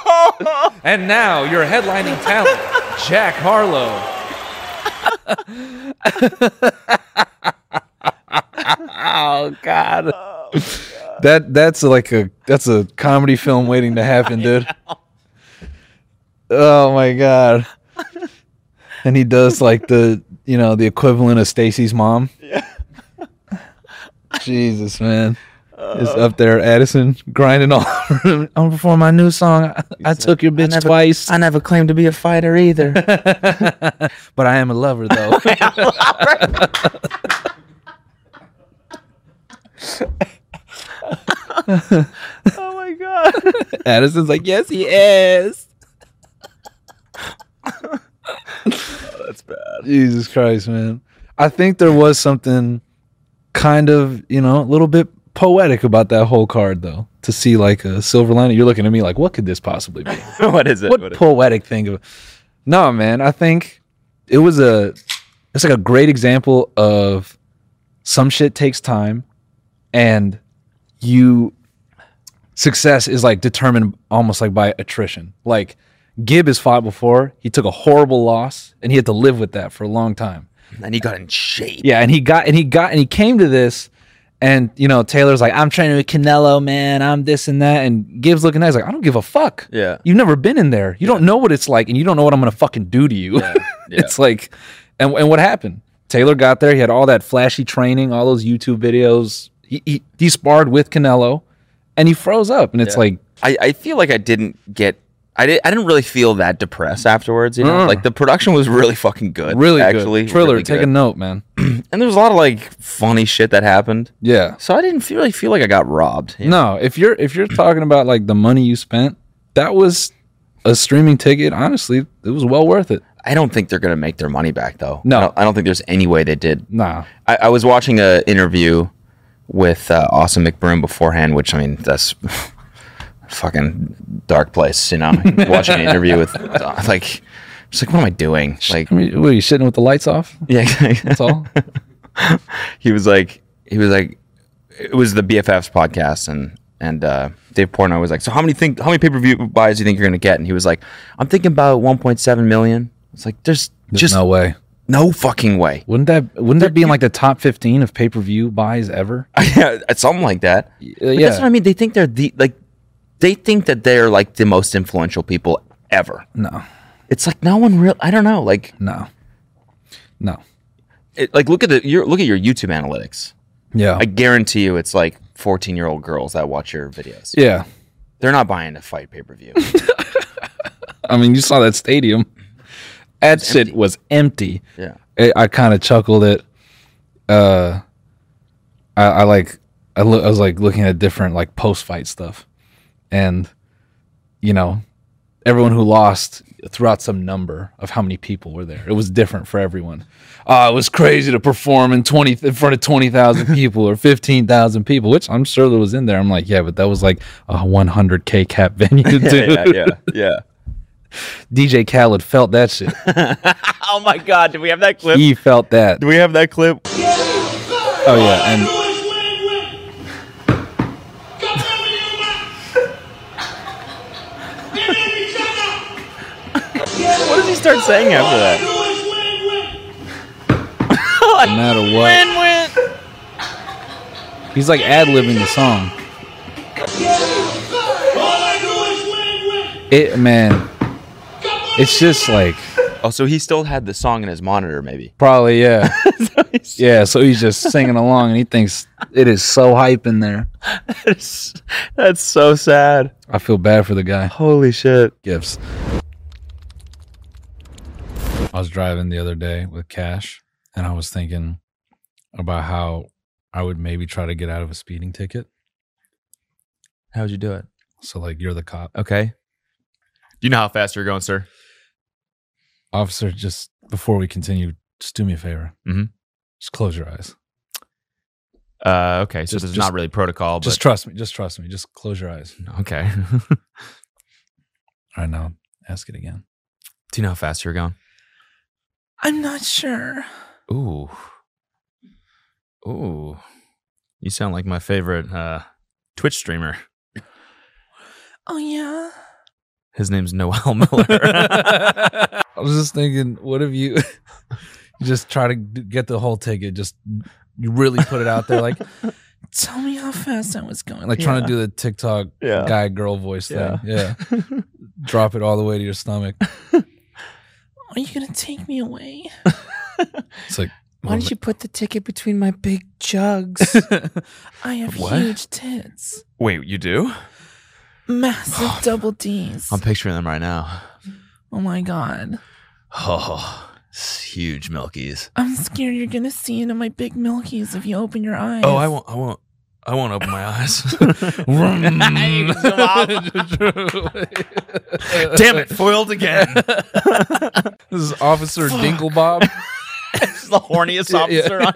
Speaker 3: And now your headlining talent, Jack Harlow. oh God. That that's like a that's a comedy film waiting to happen, dude. Oh my god. And he does like the you know the equivalent of Stacy's mom. Yeah. Jesus, man. It's up there, Addison, grinding all. I'm gonna perform my new song. I, I took your bitch twice,
Speaker 4: I never claimed to be a fighter either.
Speaker 3: but I am a lover though.
Speaker 4: oh my god.
Speaker 3: Addison's like, yes, he is.
Speaker 4: That's bad.
Speaker 3: Jesus Christ, man. I think there was something kind of, you know, a little bit poetic about that whole card, though. To see like a silver lining, you're looking at me like, what could this possibly be?
Speaker 4: what is it?
Speaker 3: What,
Speaker 4: What is-
Speaker 3: poetic thing? Of, no, man. I think it was a, it's like a great example of some shit takes time, and you success is like determined almost like by attrition. Like Gibb has fought before, he took a horrible loss, and he had to live with that for a long time.
Speaker 4: And he got in shape.
Speaker 3: Yeah, and he got and he got and he came to this, and you know Taylor's like, I'm training with Canelo, man. I'm this and that, and Gibbs looking at, it, he's like, I don't give a fuck.
Speaker 4: Yeah.
Speaker 3: You've never been in there. You don't know what it's like, and you don't know what I'm gonna fucking do to you. it's like, and and what happened? Taylor got there. He had all that flashy training, all those YouTube videos. He he, he sparred with Canelo, and he froze up. And it's like,
Speaker 4: I, I feel like I didn't get I didn't I didn't really feel that depressed afterwards, you know?
Speaker 3: Mm.
Speaker 4: Like the production was really fucking good.
Speaker 3: really
Speaker 4: actually.
Speaker 3: good. Triller,
Speaker 4: really
Speaker 3: take
Speaker 4: good.
Speaker 3: a note, man.
Speaker 4: And there was a lot of like funny shit that happened.
Speaker 3: Yeah.
Speaker 4: So I didn't feel, really feel like I got robbed. you
Speaker 3: No, if you're if you're talking about like the money you spent, that was a streaming ticket. Honestly, it was well worth it.
Speaker 4: I don't think they're gonna make their money back though.
Speaker 3: No.
Speaker 4: I don't, I don't think there's any way they did.
Speaker 3: Nah.
Speaker 4: I, I was watching a interview with uh, Austin McBroom beforehand, which I mean that's fucking dark place, you know. watching an interview with like, just like what am I doing? Like
Speaker 3: I mean, were you sitting with the lights off?
Speaker 4: Yeah, exactly.
Speaker 3: That's all.
Speaker 4: he was like he was like it was the BFFs podcast and and uh, Dave Portnoy was like, so how many think how many pay per view buys do you think you're gonna get? And he was like, I'm thinking about 1.7 million. It's like there's,
Speaker 3: There's
Speaker 4: just
Speaker 3: no way.
Speaker 4: no fucking way.
Speaker 3: Wouldn't that wouldn't that be in like the top fifteen of pay per view buys ever?
Speaker 4: yeah, something like that. But
Speaker 3: uh, yeah.
Speaker 4: that's what I mean. They think they're the like they think that they're like the most influential people ever.
Speaker 3: No,
Speaker 4: It's like no one real. I don't know. Like
Speaker 3: no, no.
Speaker 4: it, like look at the your look at your YouTube analytics.
Speaker 3: Yeah,
Speaker 4: I guarantee you, it's like 14 year old girls that watch your videos.
Speaker 3: yeah.
Speaker 4: They're not buying a fight pay per view.
Speaker 3: I mean, you saw that stadium. That shit was empty.
Speaker 4: Yeah.
Speaker 3: I, I kind of chuckled at. Uh, I, I like I, look. I was like looking at different like post fight stuff, and you know, everyone who lost throughout some number of how many people were there. It was different for everyone. Uh, it was crazy to perform in twenty in front of twenty thousand people or fifteen thousand people, which I'm sure there was in there. I'm like, yeah, but that was like a 100 k cap venue, dude.
Speaker 16: yeah, yeah, yeah.
Speaker 3: DJ Khaled felt that shit.
Speaker 16: oh my god, do we have that clip?
Speaker 3: he felt that.
Speaker 16: Do we have that clip?
Speaker 3: Oh yeah, and
Speaker 16: What does he start saying after that?
Speaker 3: no matter what, he's like ad libbing the song. It man, it's just like
Speaker 4: Oh, so he still had the song in his monitor, maybe.
Speaker 3: Probably, yeah. yeah, so he's just singing along and he thinks it is so hype in there.
Speaker 16: That's, that's so sad.
Speaker 3: I feel bad for the guy.
Speaker 16: Holy shit.
Speaker 3: Gifts. I was driving the other day with Cash and I was thinking about how I would maybe try to get out of a speeding ticket.
Speaker 4: How would you do it?
Speaker 3: So, like, you're the cop.
Speaker 4: Okay. Do you know how fast you're going, sir?
Speaker 3: Officer, just before we continue, just do me a favor.
Speaker 16: Mm-hmm.
Speaker 4: Mhm.
Speaker 3: Just close your eyes.
Speaker 4: Uh, okay.
Speaker 3: Just-
Speaker 4: So this is
Speaker 3: just-
Speaker 4: not really protocol, but
Speaker 3: Just trust me. Just trust me. Just close your eyes.
Speaker 4: okay.
Speaker 3: All right, now ask it again.
Speaker 4: Do you know how fast you're going?
Speaker 3: I'm not sure.
Speaker 4: Ooh. Ooh. You sound like my favorite uh, Twitch streamer.
Speaker 3: Oh, yeah.
Speaker 4: His name's Noel Miller.
Speaker 3: I was just thinking, what if you you just try to d- get the whole ticket? Just you really put it out there, like Tell me how fast I was going. like trying to do the TikTok
Speaker 12: Yeah.
Speaker 3: guy girl voice
Speaker 12: Yeah.
Speaker 3: thing. Yeah, drop it all the way to your stomach.
Speaker 12: Are you gonna take me away?
Speaker 3: It's like
Speaker 12: Why did you put the ticket between my big jugs? I have
Speaker 4: What?
Speaker 12: huge tits,
Speaker 4: Wait, you do?
Speaker 12: massive double D's.
Speaker 4: I'm picturing them right now.
Speaker 12: Oh my god,
Speaker 4: Oh, it's huge milkies.
Speaker 12: I'm scared you're gonna see into my big milkies if you open your eyes.
Speaker 4: Oh, I won't. I won't. I won't open my eyes.
Speaker 3: Damn
Speaker 4: Damn it! Foiled again.
Speaker 3: this is Officer Dinglebob.
Speaker 4: this is the horniest officer. on.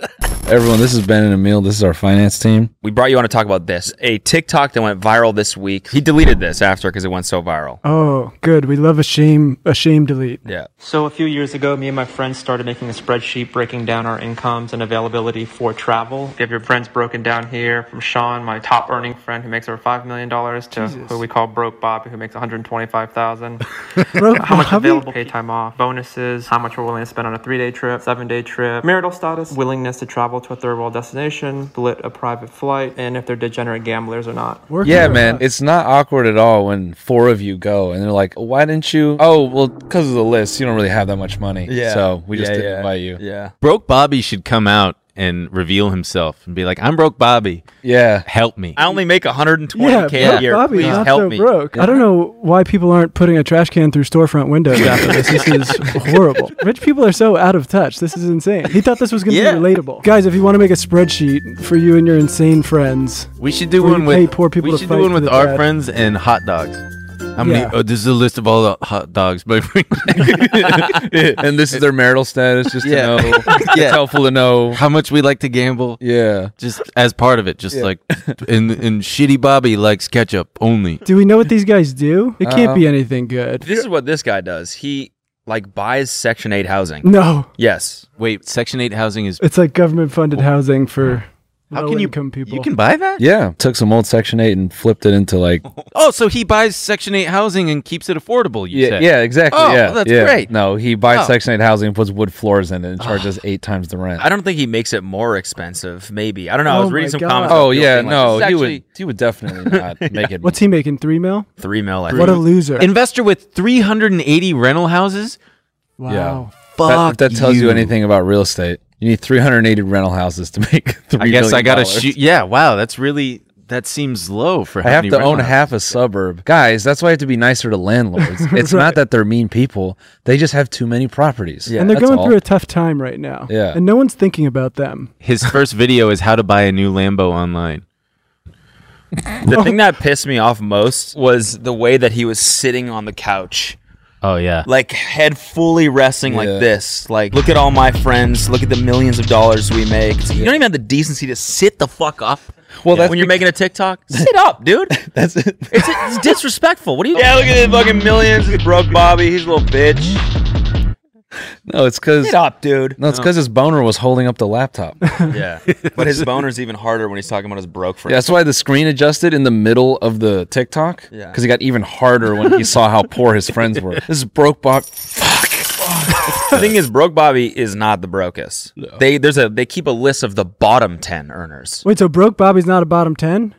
Speaker 3: Everyone, this is Ben and Emil. This is our finance team.
Speaker 4: We brought you on to talk about this. A TikTok that went viral this week. He deleted this after because it went so viral.
Speaker 14: Oh, good. We love a shame a shame delete.
Speaker 4: Yeah.
Speaker 17: So a few years ago, me and my friends started making a spreadsheet breaking down our incomes and availability for travel. You have your friends broken down here from Sean, my top earning friend who makes over five million dollars, to who we call broke Bobby who makes one hundred twenty-five thousand. how much available pay time off, bonuses, how much we're willing to spend on a three-day trip, seven-day trip, marital status, willingness to travel to a third-world destination, split a private flight, and if they're degenerate gamblers or not.
Speaker 3: yeah, man, it's not awkward at all when four of you go and they're like, "Why didn't you?" Oh, well, because of the list, you don't really have that much money. so we just didn't invite you.
Speaker 4: Yeah.
Speaker 18: Broke Bobby should come out and reveal himself and be like, "I'm broke Bobby.
Speaker 3: Yeah,
Speaker 18: help me.
Speaker 4: I only make 120k
Speaker 14: Yeah,
Speaker 4: a
Speaker 14: Bob-
Speaker 4: year.
Speaker 14: Bobby,
Speaker 4: Please
Speaker 14: not
Speaker 4: help
Speaker 14: so
Speaker 4: me.
Speaker 14: broke. I don't know why people aren't putting a trash can through storefront windows after this. This is horrible. Rich people are so out of touch. This is insane. He thought this was going to be relatable. Guys, if you want to make a spreadsheet for you and your insane friends,
Speaker 18: We should do
Speaker 14: where
Speaker 18: one
Speaker 14: you pay
Speaker 18: with
Speaker 14: poor people
Speaker 18: We
Speaker 14: to
Speaker 18: should
Speaker 14: fight
Speaker 18: do one
Speaker 14: for
Speaker 18: with
Speaker 14: the
Speaker 18: our
Speaker 14: bread.
Speaker 18: friends and hot dogs. How many?
Speaker 14: Yeah.
Speaker 18: Oh, this is a list of all the hot dogs. But
Speaker 3: and this is their marital status, just
Speaker 18: Yeah.
Speaker 3: to know. It's helpful to know
Speaker 18: how much we like to gamble.
Speaker 3: Yeah,
Speaker 18: just as part of it, just
Speaker 14: Yeah.
Speaker 18: like and and shitty Bobby likes ketchup only.
Speaker 14: do we know what these guys do? It can't
Speaker 18: Uh,
Speaker 14: be anything good.
Speaker 4: This is what this guy does. He like buys Section 8 housing.
Speaker 14: No.
Speaker 4: Yes.
Speaker 18: Wait, Section 8 housing is
Speaker 14: It's like government funded housing for low income people.
Speaker 18: You can buy that?
Speaker 3: Yeah, took some old Section Eight and flipped it into like.
Speaker 18: Oh, so he buys Section 8 housing and keeps it affordable, you
Speaker 3: Yeah,
Speaker 18: said.
Speaker 3: yeah, exactly.
Speaker 18: Oh,
Speaker 3: yeah,
Speaker 18: well, that's
Speaker 3: yeah.
Speaker 18: great.
Speaker 3: No, he buys
Speaker 18: Oh.
Speaker 3: Section Eight housing and puts wood floors in it and charges eight times the rent.
Speaker 4: I don't think he makes it more expensive. Maybe I don't know. I
Speaker 3: Oh
Speaker 4: was reading
Speaker 3: my
Speaker 4: some
Speaker 3: God.
Speaker 4: comments.
Speaker 3: Oh,
Speaker 4: of people
Speaker 3: yeah,
Speaker 4: being like,
Speaker 3: no,
Speaker 4: "This is
Speaker 3: he would-
Speaker 4: actually-
Speaker 3: he would definitely not make it.
Speaker 14: What's he making? Three mil?
Speaker 4: Three mil. I
Speaker 14: What a
Speaker 4: think.
Speaker 14: loser.
Speaker 18: Investor with 380 rental houses?
Speaker 14: Wow.
Speaker 3: That- if
Speaker 18: Oh, Fuck
Speaker 3: that tells you.
Speaker 18: you.
Speaker 3: anything about real estate, you need 380 rental houses to make. Three
Speaker 18: I guess I
Speaker 3: billion
Speaker 18: got to
Speaker 3: dollars.
Speaker 18: shoot. Yeah, wow, that's really that seems low for.
Speaker 3: I
Speaker 18: how
Speaker 3: have
Speaker 18: many
Speaker 3: to own
Speaker 18: rentals.
Speaker 3: half a suburb, guys. That's why I have to be nicer to landlords. It's not that they're mean people; they just have too many properties.
Speaker 14: and they're going through a tough time right now.
Speaker 18: Yeah.
Speaker 14: And no one's thinking about them.
Speaker 18: His first video is how to buy a new Lambo online.
Speaker 4: The thing that pissed me off most was the way that he was sitting on the couch
Speaker 18: Oh yeah.
Speaker 4: like head fully resting like
Speaker 18: Yeah.
Speaker 4: this. Like, look at all my friends. Look at the millions of dollars we make. It's- You don't even have the decency to sit the fuck up. Well, when you're making a TikTok, sit up, dude. that's it. It's, it's disrespectful. What are you? Yeah, look at the fucking millions. Look at broke Bobby. He's a little bitch.
Speaker 3: No, it's because
Speaker 4: Get up, dude.
Speaker 3: No, it's because his boner was holding up the laptop.
Speaker 4: Yeah, but his boner's even harder when he's talking about his broke friends.
Speaker 3: Yeah, that's why the screen adjusted in the middle of the TikTok.
Speaker 4: Yeah.
Speaker 3: Because it got even harder when he saw how poor his friends were. This is broke Bob.
Speaker 4: the thing is, broke Bobby is not the brokest. They there's a they keep a list of the bottom ten earners.
Speaker 14: Wait, so broke Bobby's not a bottom ten?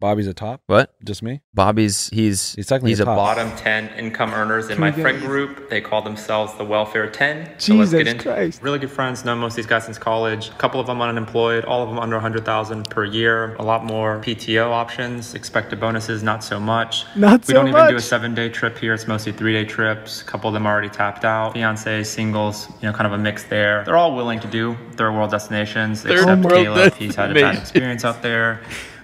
Speaker 3: Bobby's a top.
Speaker 4: What?
Speaker 3: Just me?
Speaker 4: Bobby's he's he's
Speaker 3: technically
Speaker 4: a, bottom.
Speaker 17: bottom 10 income earners in
Speaker 4: Can
Speaker 17: my
Speaker 4: we get
Speaker 17: friend
Speaker 4: these?
Speaker 17: group. They call themselves the Welfare 10.
Speaker 14: Jesus Christ.
Speaker 17: Really good friends. Know most of these guys since college. A couple of them unemployed. All of them under 100,000 per year. A lot more PTO options. Expected bonuses, not so much.
Speaker 14: Not
Speaker 17: We
Speaker 14: so
Speaker 17: don't even do a
Speaker 14: much.
Speaker 17: seven day trip here. It's mostly three day trips. A couple of them already tapped out. Fiance, singles, you know, kind of a mix there. They're all willing to do third world destinations,
Speaker 19: Third
Speaker 17: except
Speaker 19: world
Speaker 17: Caleb. He's had a bad
Speaker 19: destinations.
Speaker 17: experience out there.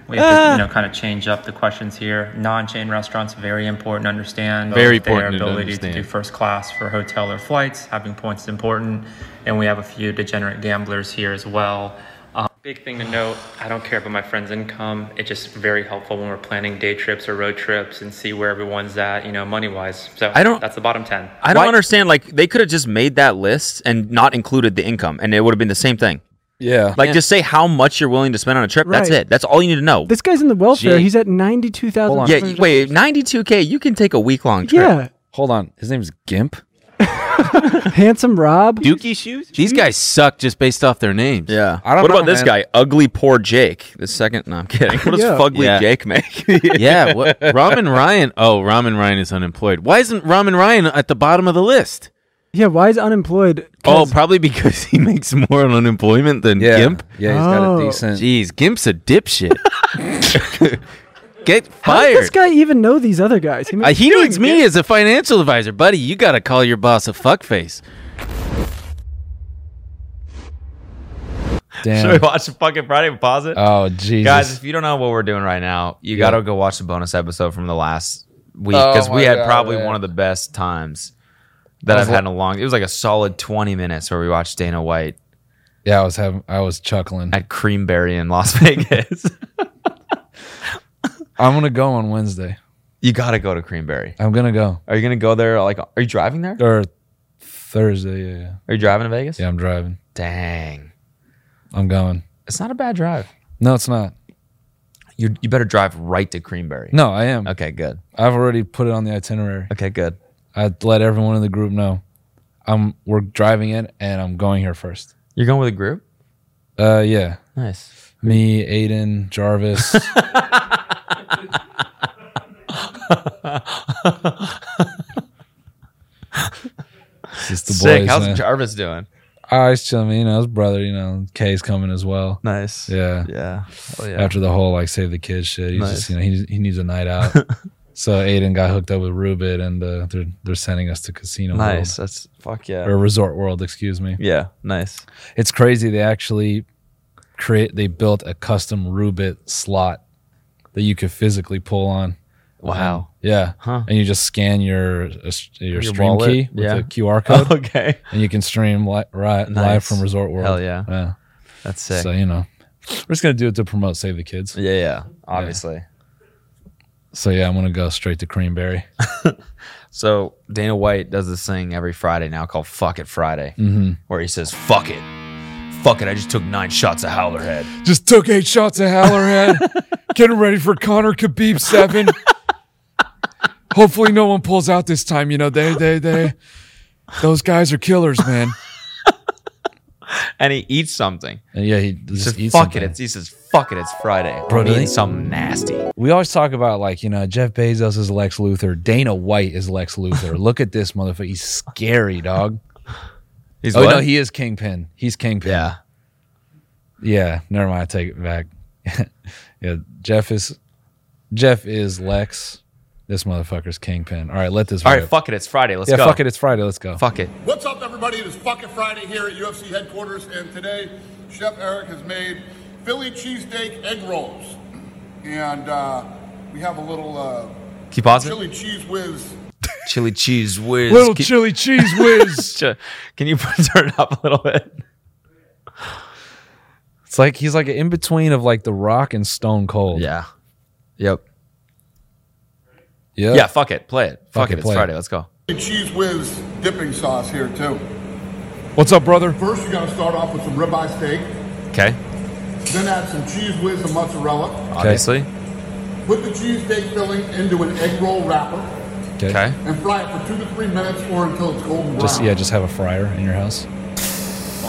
Speaker 17: We have to,
Speaker 19: Ah.
Speaker 17: you know, kind of change up the questions here. Non-chain restaurants very important. to Understand
Speaker 18: Very
Speaker 17: their
Speaker 18: important to
Speaker 17: ability to,
Speaker 18: understand.
Speaker 17: do first class for hotel or flights. Having points is important, and we have a few degenerate gamblers here as well. Um, big thing to note: I don't care about my friend's income. It's just very helpful when we're planning day trips or road trips and see where everyone's at, you know, money wise. So
Speaker 4: I don't-
Speaker 17: That's the bottom ten.
Speaker 4: I don't understand. Like they could have just made that list and not included the income, and it would have been the same thing.
Speaker 3: Yeah.
Speaker 4: Like just say how much you're willing to spend on a trip. That's
Speaker 14: Right.
Speaker 4: it. That's all you need to know.
Speaker 14: This guy's in the welfare.
Speaker 4: Gee.
Speaker 14: He's at ninety two thousand.
Speaker 4: yeah. you- Wait, 92k. You can take a week long trip.
Speaker 14: Yeah.
Speaker 3: Hold on. His name's Gimp.
Speaker 14: Handsome Rob.
Speaker 18: Dookie shoes. These guys suck just based off their names.
Speaker 4: Yeah.
Speaker 18: I don't
Speaker 4: what
Speaker 18: know,
Speaker 4: about this
Speaker 18: man.
Speaker 4: guy, ugly poor Jake? The second, no, I'm kidding. What does
Speaker 18: Yeah.
Speaker 4: fugly
Speaker 18: Yeah.
Speaker 4: Jake make?
Speaker 18: yeah. What, Ramen Ryan. Oh, Ramen Ryan is unemployed. Why isn't Ramen Ryan at the bottom of the list?
Speaker 14: Yeah, why is unemployed?
Speaker 18: Oh, probably because he makes more on unemployment than Gimp.
Speaker 14: Yeah, he's got a Oh. decent-
Speaker 18: Jeez, Gimp's a dipshit. Get
Speaker 14: How does this
Speaker 18: fired.
Speaker 14: guy even know these other guys?
Speaker 18: Uh,
Speaker 14: makes-
Speaker 18: he needs me as a financial advisor, buddy. You gotta call your boss a fuckface.
Speaker 3: Damn.
Speaker 4: Should we watch the fucking Friday and pause it?
Speaker 3: Oh, Jesus.
Speaker 4: Guys, if you don't know what we're doing right now, you
Speaker 3: Yeah.
Speaker 4: got to go watch the bonus episode from the last week
Speaker 3: Oh
Speaker 4: because we
Speaker 3: my
Speaker 4: had
Speaker 3: God,
Speaker 4: probably
Speaker 3: man.
Speaker 4: one of the best times that
Speaker 3: That
Speaker 4: I've
Speaker 3: was
Speaker 4: had in a long. It was like a solid twenty minutes where we watched Dana White
Speaker 3: Yeah, I was having. I was chuckling.
Speaker 4: at Creamberry in Las Vegas.
Speaker 3: I'm gonna go on Wednesday.
Speaker 4: you got to go to Creamberry.
Speaker 3: I'm gonna go.
Speaker 4: Are you gonna go there? Like, are you driving there?
Speaker 3: Or Thursday. Yeah. yeah.
Speaker 4: Are you driving to Vegas?
Speaker 3: Yeah, I'm driving.
Speaker 4: Dang,
Speaker 3: I'm going.
Speaker 4: it's not a bad drive.
Speaker 3: No, it's not.
Speaker 4: You you better drive right to Creamberry.
Speaker 3: No, I am.
Speaker 4: Okay, good.
Speaker 3: I've already put it on the itinerary.
Speaker 4: Okay, good.
Speaker 3: I let everyone in the group know. I'm we're driving in and I'm going here first.
Speaker 4: You're going with a group?
Speaker 3: Uh yeah.
Speaker 4: Nice.
Speaker 3: Me, Aiden, Jarvis. It's just the
Speaker 4: Sick.
Speaker 3: boys,
Speaker 4: How's
Speaker 3: man.
Speaker 4: Jarvis doing?
Speaker 3: I was chilling, you know, his brother, you know, Kay's coming as well.
Speaker 4: Nice.
Speaker 3: Yeah.
Speaker 4: Yeah. Hell yeah.
Speaker 3: After the whole like save the kids shit, he's
Speaker 4: Nice.
Speaker 3: just, you know, he, he needs a night out. so Aiden got hooked up with Rubid and uh, they're they're sending us to Casino
Speaker 4: Nice.
Speaker 3: World.
Speaker 4: That's fuck yeah.
Speaker 3: Or Resort World, excuse me.
Speaker 4: Yeah. Nice.
Speaker 3: It's crazy. They actually create they built a custom Rubit slot that you could physically pull on.
Speaker 4: Wow.
Speaker 3: Um, yeah.
Speaker 4: Huh.
Speaker 3: And you just scan your uh, s- your,
Speaker 4: Your
Speaker 3: stream
Speaker 4: wallet?
Speaker 3: key with
Speaker 4: Yeah. Oh,
Speaker 3: a QR code.
Speaker 4: Okay.
Speaker 3: And you can stream li- ri- Uh, live
Speaker 4: Nice.
Speaker 3: from Resort World.
Speaker 4: Hell yeah.
Speaker 3: Yeah.
Speaker 4: That's sick.
Speaker 3: So you know, we're just gonna do it to promote Save the Kids.
Speaker 4: Yeah, yeah, obviously.
Speaker 3: So yeah, I'm gonna go straight to Creamberry.
Speaker 4: So Dana White does this thing every Friday now called Fuck It Friday,
Speaker 3: Mhm.
Speaker 4: where he says, Fuck it. Fuck it. I just took nine shots of Howler Head.
Speaker 3: Just took eight shots at Hallerhead. Getting ready for Connor Khabib seven. Hopefully, no one pulls out this time. You know, they they they. Those guys are killers, man.
Speaker 4: And he eats something.
Speaker 3: Uh, yeah, he
Speaker 4: He says,
Speaker 3: just eats
Speaker 4: Fuck
Speaker 3: something.
Speaker 4: it. It's, he says, Fuck it. It's Friday.
Speaker 3: Bro,
Speaker 4: Bro,
Speaker 3: do
Speaker 4: i
Speaker 3: they-
Speaker 4: something nasty.
Speaker 3: We always talk about like you know Jeff Bezos is Lex Luthor, Dana White is Lex Luthor. Look at this motherfucker. He's scary, dog.
Speaker 4: He's
Speaker 3: oh
Speaker 4: what?
Speaker 3: no, he is Kingpin. He's Kingpin.
Speaker 4: Yeah.
Speaker 3: Yeah, never mind. I take it back. yeah, Jeff is Jeff is Lex. This motherfucker's Kingpin. All right, let this.
Speaker 4: All right,
Speaker 3: rip.
Speaker 4: fuck it. It's Friday. Let's
Speaker 3: yeah,
Speaker 4: go.
Speaker 3: fuck it. It's Friday. Let's go.
Speaker 4: Fuck it.
Speaker 20: What's up, everybody? It is fucking Friday here at UFC headquarters, and today Chef Eric has made Philly cheesesteak egg rolls, and uh, we have a little uh,
Speaker 4: Keep pausing.
Speaker 20: Chili cheese whiz.
Speaker 4: Chili cheese whiz.
Speaker 12: Little chili cheese whiz.
Speaker 4: Ch- Can you turn it up a little bit?
Speaker 12: It's like he's like an in between of like The Rock and Stone Cold.
Speaker 4: Yeah. Yep.
Speaker 12: Yeah.
Speaker 4: Yeah. Fuck it. Play it. Fuck,
Speaker 12: Fuck it,
Speaker 4: it. It's
Speaker 12: play it.
Speaker 4: Friday. Let's go.
Speaker 20: Chili cheese whiz dipping sauce here too.
Speaker 12: What's up, brother?
Speaker 20: First, you gotta start off with some ribeye steak.
Speaker 4: Okay.
Speaker 20: Then add some cheese whiz and mozzarella.
Speaker 4: Obviously.
Speaker 20: Put the cheesesteak filling into an egg roll wrapper
Speaker 12: Okay.
Speaker 20: and fry it for two to three minutes or until it's golden brown.
Speaker 12: Just yeah, just have a fryer in your house.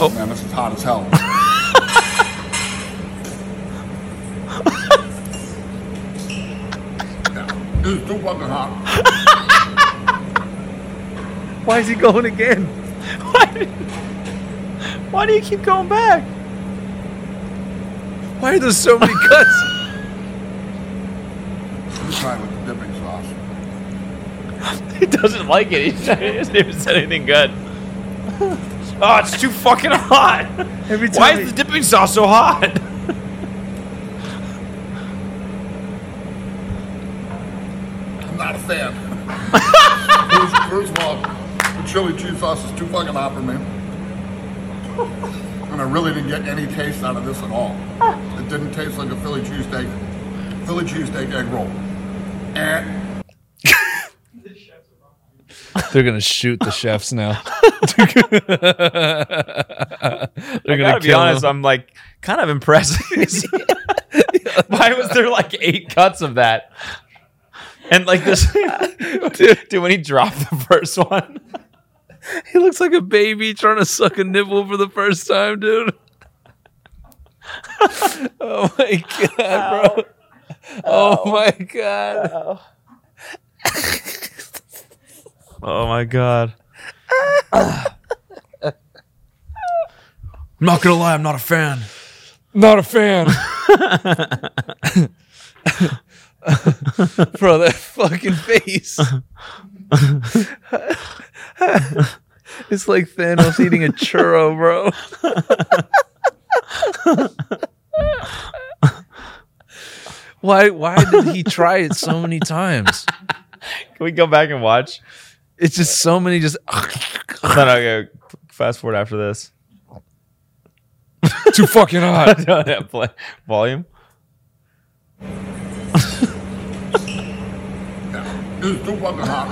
Speaker 20: Oh, man, this is hot as hell. Yeah, this is too fucking hot.
Speaker 4: Why is he going again?
Speaker 21: Why do you keep going back?
Speaker 12: Why are there so many cuts?
Speaker 20: Let me try it with the dipping sauce.
Speaker 4: He doesn't like it. He hasn't even said anything good. Oh, it's too fucking hot. Why is the dipping sauce so hot?
Speaker 20: I'm not a fan. first, first of all, the chili cheese sauce is too fucking hot for me.
Speaker 22: Uh,
Speaker 20: And I really didn't get any taste out of this at all. It didn't taste like a Philly cheesesteak, Philly cheesesteak egg roll. Eh.
Speaker 12: They're gonna shoot the chefs now.
Speaker 4: I
Speaker 12: They're
Speaker 4: gotta be
Speaker 12: kill
Speaker 4: honest,
Speaker 12: them.
Speaker 4: I'm like kind of impressed. Why was there like eight cuts of that? And like this, dude, when he dropped the first one,
Speaker 12: he looks like a baby trying to suck a nipple for the first time, dude. oh my god, bro. Oh my god.
Speaker 4: oh my god. I'm not gonna lie, I'm not a fan.
Speaker 12: Not a fan. Bro, that fucking face. it's like Thanos eating a churro, bro. why why did he try it so many times?
Speaker 4: Can we go back and watch?
Speaker 12: It's just so many just
Speaker 4: No, no, go fast forward after this.
Speaker 12: too fucking hot.
Speaker 4: No, no, play- Volume.
Speaker 20: This is too fucking hot.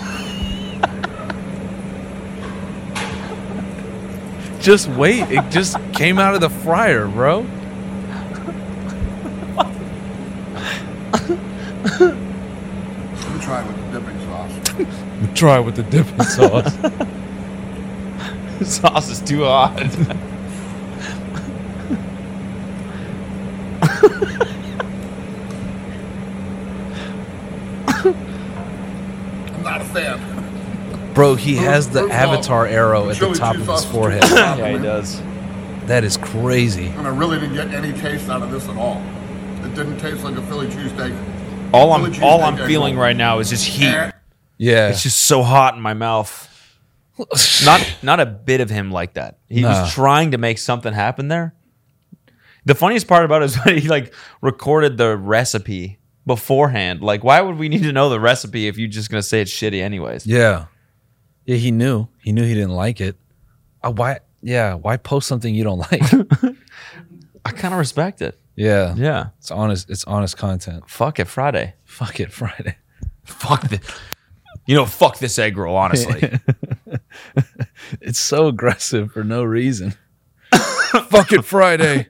Speaker 12: Just wait. It just came out of the fryer, bro.
Speaker 20: Let me try it with the dipping sauce.
Speaker 12: Try with the dipping sauce.
Speaker 4: sauce is too hot.
Speaker 20: I'm not a fan.
Speaker 12: Bro, he has the
Speaker 20: First of all,
Speaker 12: avatar arrow at the
Speaker 20: chili
Speaker 12: top
Speaker 20: cheese
Speaker 12: of
Speaker 20: sauce
Speaker 12: his
Speaker 20: is too
Speaker 12: forehead.
Speaker 20: fucking hot for me.
Speaker 12: That is crazy.
Speaker 20: And I really didn't get any taste out of this at all. It didn't taste like a Philly cheesesteak.
Speaker 4: All
Speaker 20: Philly
Speaker 4: I'm
Speaker 20: cheesesteak
Speaker 4: all I'm
Speaker 20: egg
Speaker 4: feeling
Speaker 20: roll.
Speaker 4: right now is just heat.
Speaker 12: Yeah.
Speaker 4: It's just so hot in my mouth. not not a bit of him like that. He
Speaker 12: Nah.
Speaker 4: was trying to make something happen there. The funniest part about it is when he like recorded the recipe beforehand. Like, why would we need to know the recipe if you're just gonna say it's shitty anyways?
Speaker 12: Yeah. Yeah, he knew. He knew he didn't like it. Uh, why? Yeah, why post something you don't like?
Speaker 4: I kind of respect it.
Speaker 12: yeah.
Speaker 4: Yeah.
Speaker 12: It's honest. It's honest content.
Speaker 4: Fuck it, Friday.
Speaker 12: Fuck it, Friday.
Speaker 4: Fuck the You know, fuck this egg roll, honestly.
Speaker 12: It's so aggressive for no reason. Fuck it, Friday.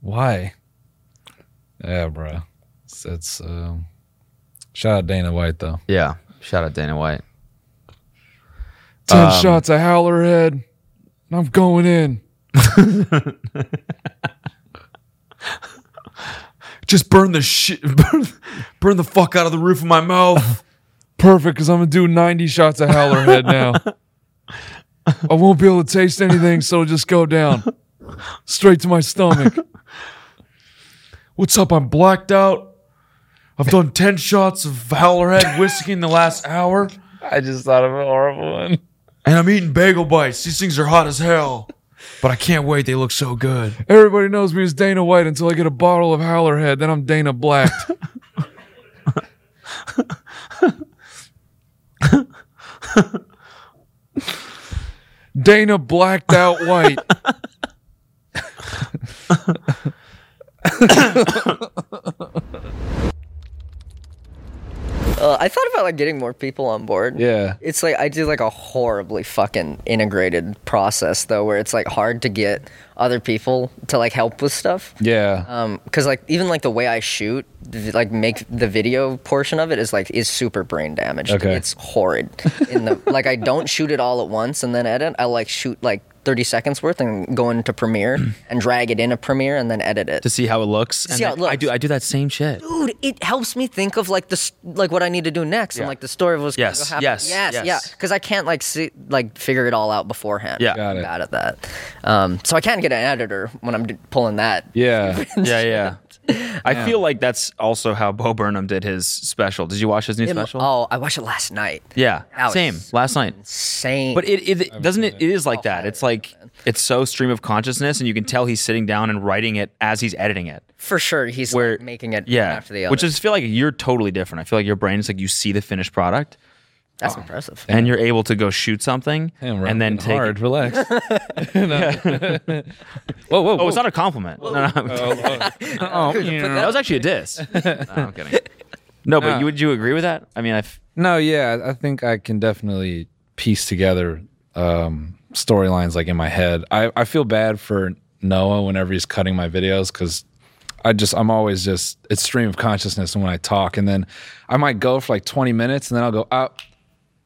Speaker 12: why? Yeah, bro. It's, it's um, shout out Dana White though.
Speaker 4: yeah. Shout out Dana White.
Speaker 12: Ten
Speaker 4: Um,
Speaker 12: shots of Howler Head, and I'm going in.
Speaker 4: Just burn the shit burn, burn the fuck out of the roof of my mouth.
Speaker 12: Perfect, because I'm gonna do 90 shots of Howler Head now. I won't be able to taste anything, so it'll just go down straight to my stomach. What's up? I'm blacked out. I've done 10 shots of Howler Head whiskey in the last hour. I just thought of a horrible one.
Speaker 4: And I'm eating bagel bites. These things are hot as hell. But I can't wait. They look so good.
Speaker 12: Everybody knows me as Dana White until I get a bottle of Howler Head, then I'm Dana Blacked.
Speaker 3: Dana blacked out white.
Speaker 22: Uh, I thought about like getting more people on board.
Speaker 3: Yeah.
Speaker 22: It's like I do like a horribly fucking integrated process though, where it's like hard to get other people to like help with stuff.
Speaker 3: yeah.
Speaker 22: Um, cause like even like the way I shoot, th- like make the video portion of it is like is super brain damaged.
Speaker 3: Okay.
Speaker 22: It's horrid. In the like I don't shoot it all at once and then edit. I like shoot like 30 seconds worth and go into Premiere and drag it into Premiere and then edit it.
Speaker 18: to see how it looks.
Speaker 22: see how it
Speaker 18: I do I do that same shit.
Speaker 22: Dude, it helps me think of like the s- like what I need to do next and
Speaker 18: Yeah.
Speaker 22: like the story of what's
Speaker 18: Yes,
Speaker 22: gonna go happen.
Speaker 18: yes,
Speaker 22: yes,
Speaker 18: yes.
Speaker 22: yeah, because I can't like see like figure it all out beforehand.
Speaker 18: Yeah.
Speaker 22: I'm bad at that. Um, so I can't get an editor when I'm d- pulling that.
Speaker 3: Yeah.
Speaker 4: yeah, yeah. I
Speaker 22: Yeah.
Speaker 4: feel like that's also how Bo Burnham did his special. Did you watch his new
Speaker 22: Im-
Speaker 4: special?
Speaker 22: Oh, I watched it last night.
Speaker 4: yeah,
Speaker 22: That was
Speaker 4: same last night.
Speaker 22: Insane.
Speaker 4: But it, it doesn't it, it is like that. It's like it's so stream of consciousness, and you can tell he's sitting down and writing it as he's editing it.
Speaker 22: For sure, he's
Speaker 4: Where-
Speaker 22: like, making it
Speaker 4: Yeah,
Speaker 22: after the other.
Speaker 4: which is feel like you're totally different. I feel like your brain is like you see the finished product,
Speaker 3: Oh.
Speaker 22: that's impressive.
Speaker 4: and you're able to go shoot something and then take
Speaker 3: hard. Relax.
Speaker 4: Yeah. whoa, whoa, Oh, it's not a compliment. No, no.
Speaker 3: Oh,
Speaker 4: that was actually a diss. No, I'm kidding. No, but
Speaker 3: No.
Speaker 4: you, would you agree with that? I mean, I f-
Speaker 3: No, yeah, I think I can definitely piece together um, storylines like in my head. I, I feel bad for Noah whenever he's cutting my videos because I just I'm always just it's stream of consciousness and when I talk and then I might go for like 20 minutes and then I'll go up.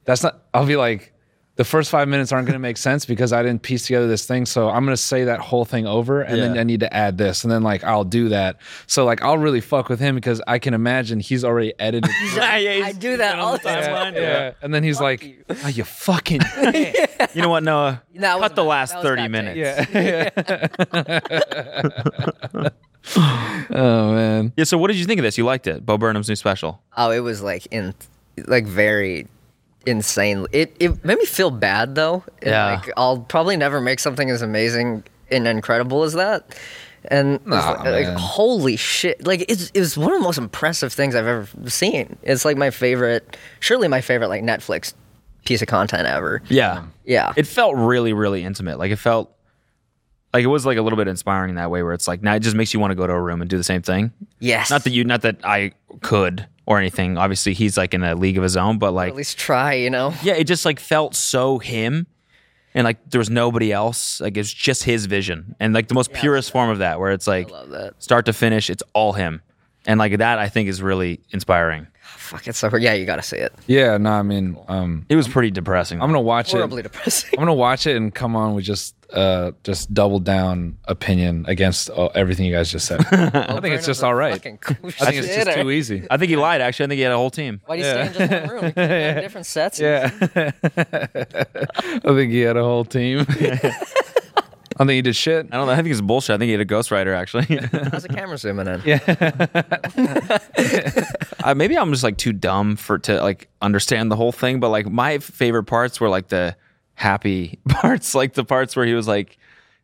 Speaker 3: that's not. I'll be like the first five minutes aren't going to make sense because I didn't piece together this thing. So I'm going to say that whole thing over, and then
Speaker 10: Yeah.
Speaker 3: I need to add this, and then like I'll do that. So like I'll really fuck with him because I can imagine he's already edited.
Speaker 22: I do that all the time.
Speaker 3: Yeah. And then he's like, "Are you fucking?"
Speaker 4: you know what, Noah?
Speaker 22: That was
Speaker 4: Cut the
Speaker 22: bad-
Speaker 4: last
Speaker 22: that was
Speaker 4: 30
Speaker 22: bad
Speaker 4: minutes.
Speaker 3: oh man.
Speaker 4: Yeah, so what did you think of this? You liked it. Bo Burnham's new special.
Speaker 22: Oh, it was like in, like very insane. It it made me feel bad though. And,
Speaker 4: Yeah.
Speaker 22: Like I'll probably never make something as amazing and incredible as that. And it's
Speaker 3: Nah,
Speaker 22: like, like,
Speaker 3: man.
Speaker 22: holy shit! Like it's it was one of the most impressive things I've ever seen. It's like my favorite, surely my favorite like Netflix piece of content ever.
Speaker 4: Yeah.
Speaker 22: Yeah.
Speaker 4: It felt really, really intimate. Like it felt like it was like a little bit inspiring in that way where it's like now it just makes you want to go to a room and do the same thing.
Speaker 22: Yes.
Speaker 4: Not that you not that I could or anything. Obviously he's like in a league of his own, but like
Speaker 22: At least try, you know.
Speaker 4: yeah, it just like felt so him and like there was nobody else. Like it's just his vision. And like the most purest form of that where it's like start to finish, it's all him. And like that I think is really inspiring.
Speaker 22: Fuck it's so yeah, you gotta see it.
Speaker 3: Yeah, no, I mean, um,
Speaker 4: it was pretty depressing.
Speaker 3: I'm gonna watch
Speaker 22: Horribly
Speaker 3: it.
Speaker 22: depressing.
Speaker 3: I'm gonna watch it and come on with just, uh, just double down opinion against uh, everything you guys just said. I think it's just all right. I think it's just too easy.
Speaker 4: I think he lied actually. I think he had a whole team.
Speaker 22: Why do you stay in just one room? You can have different sets.
Speaker 3: Yeah. I think he had a whole team. I think he did shit.
Speaker 4: I don't know. I think it's bullshit. I think he had a ghostwriter actually.
Speaker 22: How's the camera zooming in?
Speaker 4: uh, maybe I'm just like too dumb for to like understand the whole thing, but like my favorite parts were like the happy parts, like the parts where he was like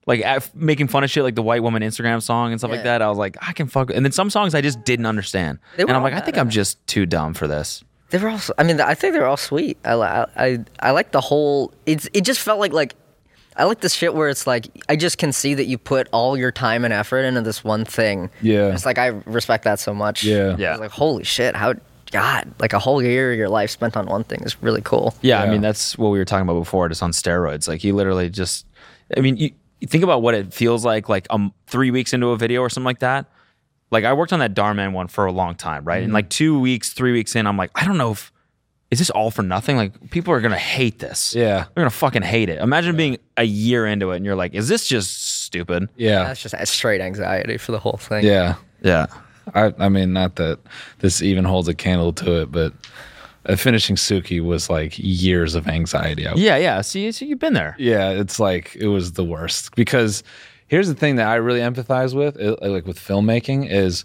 Speaker 4: like af- making fun of shit like the white woman Instagram song and stuff like
Speaker 22: Yeah.
Speaker 4: that. I was like, I can fuck. And then some songs I just didn't understand.
Speaker 22: They were
Speaker 4: And I'm
Speaker 22: all
Speaker 4: like, I think I'm just too dumb for this.
Speaker 22: They were all. I mean, I think they were all sweet. I li- I I like the whole. It's it just felt like like. I like this shit where it's like I just can see that you put all your time and effort into this one thing.
Speaker 3: Yeah.
Speaker 22: It's like I respect that so much.
Speaker 3: Yeah.
Speaker 4: Yeah.
Speaker 22: It's like holy shit, how God, like a whole year of your life spent on one thing is really cool.
Speaker 4: Yeah, I mean that's what we were talking about before, just on steroids. Like he literally just, I mean, you, you think about what it feels like, like um, three weeks into a video or something like that. Like I worked on that Darman one for a long time, right?
Speaker 3: Mm-hmm.
Speaker 4: And
Speaker 23: Mhm.
Speaker 4: like two weeks, three weeks in, I'm like, I don't know if is this all for nothing. Like people are gonna hate this.
Speaker 3: Yeah,
Speaker 4: they're gonna fucking hate it. Imagine being a year into it and you're like, is this just stupid?
Speaker 3: Yeah.
Speaker 22: That's just that's straight anxiety for the whole thing.
Speaker 3: Yeah.
Speaker 4: Yeah.
Speaker 3: I, I mean, not that this even holds a candle to it, but uh, finishing Suki was like years of anxiety. I
Speaker 4: Yeah, yeah. See, see, you've been there.
Speaker 3: Yeah, it's like it was the worst because here's the thing that I really empathize with, uh, like with filmmaking, is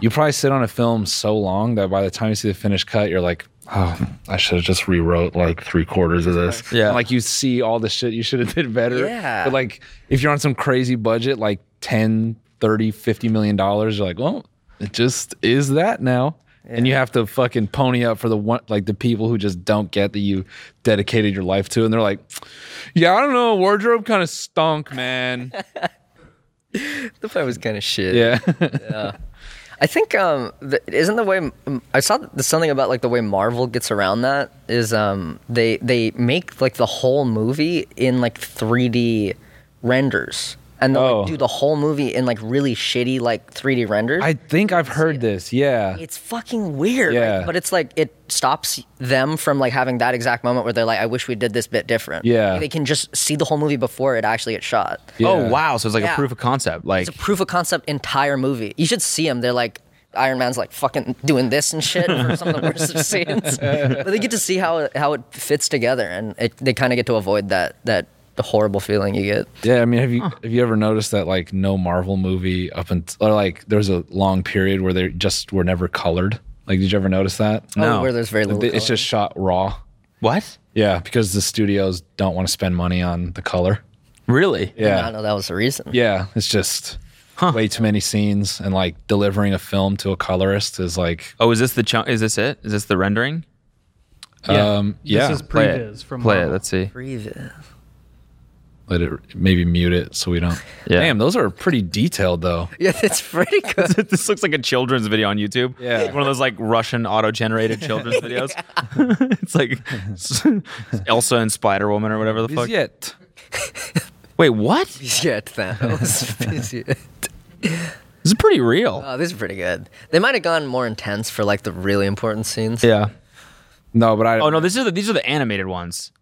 Speaker 3: you probably sit on a film so long that by the time you see the finished cut, you're like, oh, I should have just rewrote like three quarters of this.
Speaker 4: Yeah.
Speaker 3: And, like you see all the shit you should have did better.
Speaker 4: Yeah.
Speaker 3: But like if you're on some crazy budget, like 10, 30, 50 million dollars, you're like, well, it just is that now. And you have to fucking pony up for the one, like the people who just don't get that you dedicated your life to, and they're like, "Yeah, I don't know, wardrobe kind of stunk, man."
Speaker 22: the play was kind of shit.
Speaker 3: Yeah.
Speaker 22: yeah. I think um, the, isn't the way mm, I saw th- something about like the way Marvel gets around that is um, they they make like the whole movie in like 3D renders and they
Speaker 3: Oh.
Speaker 22: like, do the whole movie in like really shitty like 3D renders.
Speaker 3: I think I've heard this. Yeah.
Speaker 22: It's fucking weird.
Speaker 3: Yeah.
Speaker 22: like, but it's like it stops them from like having that exact moment where they're like, I wish we did this bit different.
Speaker 4: Yeah.
Speaker 22: They can just see the whole movie before it actually gets shot.
Speaker 4: Oh wow! So it's like
Speaker 22: Yeah.
Speaker 4: a proof of concept. Like
Speaker 22: It's a proof of concept entire movie. You should see them. They're like Iron Man's like fucking doing this and shit for some of the worst scenes. But they get to see how it, how it fits together, and it, they kind of get to avoid that that horrible feeling you get.
Speaker 3: Yeah, I mean, have you have you ever noticed that like no Marvel movie up until or like there was a long period where they just were never colored? Like, did you ever notice that?
Speaker 22: Oh, No. where there's very
Speaker 3: That
Speaker 22: little
Speaker 3: they- It's just shot raw.
Speaker 4: What?
Speaker 3: Yeah, because the studios don't want to spend money on the color.
Speaker 4: Really?
Speaker 3: Yeah.
Speaker 22: I know that was the reason.
Speaker 3: Yeah, it's just way too many scenes, and like delivering a film to a colorist is like,
Speaker 4: oh, is this the chunk? Is this it? Is this the rendering?
Speaker 3: Yeah. Um, This yeah. is
Speaker 4: Play
Speaker 3: previs
Speaker 4: it.
Speaker 3: from
Speaker 4: Play it.
Speaker 3: Marvel.
Speaker 4: Let's see.
Speaker 22: Previs.
Speaker 3: let it maybe mute it so we don't.
Speaker 4: Yeah.
Speaker 3: Damn, those are pretty detailed though.
Speaker 22: Yeah, it's pretty good.
Speaker 4: this looks like a children's video on YouTube.
Speaker 3: Yeah.
Speaker 4: One of those like Russian auto-generated children's videos. it's like Elsa and Spider Woman or whatever the fuck.
Speaker 3: Yet.
Speaker 4: Wait, what?
Speaker 22: Yet Thanos.
Speaker 4: This is pretty real.
Speaker 22: Oh, this is pretty good. They might have gone more intense for like the really important scenes.
Speaker 4: Yeah.
Speaker 3: No, but I.
Speaker 4: Oh no, these are the these are the animated ones.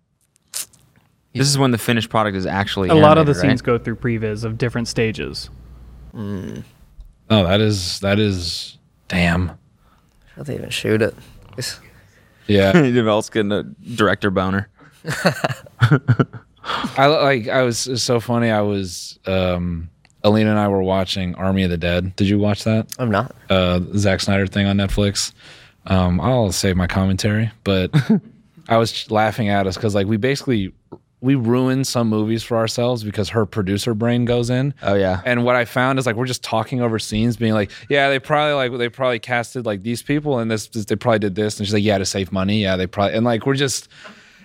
Speaker 4: This is when the finished product is actually
Speaker 14: a lot of the
Speaker 4: animated, right?
Speaker 14: scenes go through previs of different stages.
Speaker 3: Oh, that is that is damn.
Speaker 22: How they even shoot it?
Speaker 3: Yeah.
Speaker 4: Develop's getting a director boner.
Speaker 3: I like I was it's so funny. I was um Alina and I were watching Army of the Dead. Did you watch that?
Speaker 22: I'm not.
Speaker 3: Uh Zack Snyder thing on Netflix. Um I'll save my commentary, but I was laughing at us cuz like we basically we ruin some movies for ourselves because her producer brain goes in.
Speaker 4: Oh yeah.
Speaker 3: And what I found is like we're just talking over scenes being like, yeah, they probably like they probably casted like these people and this they probably did this and she's like, yeah, to save money. Yeah, they probably and like we're just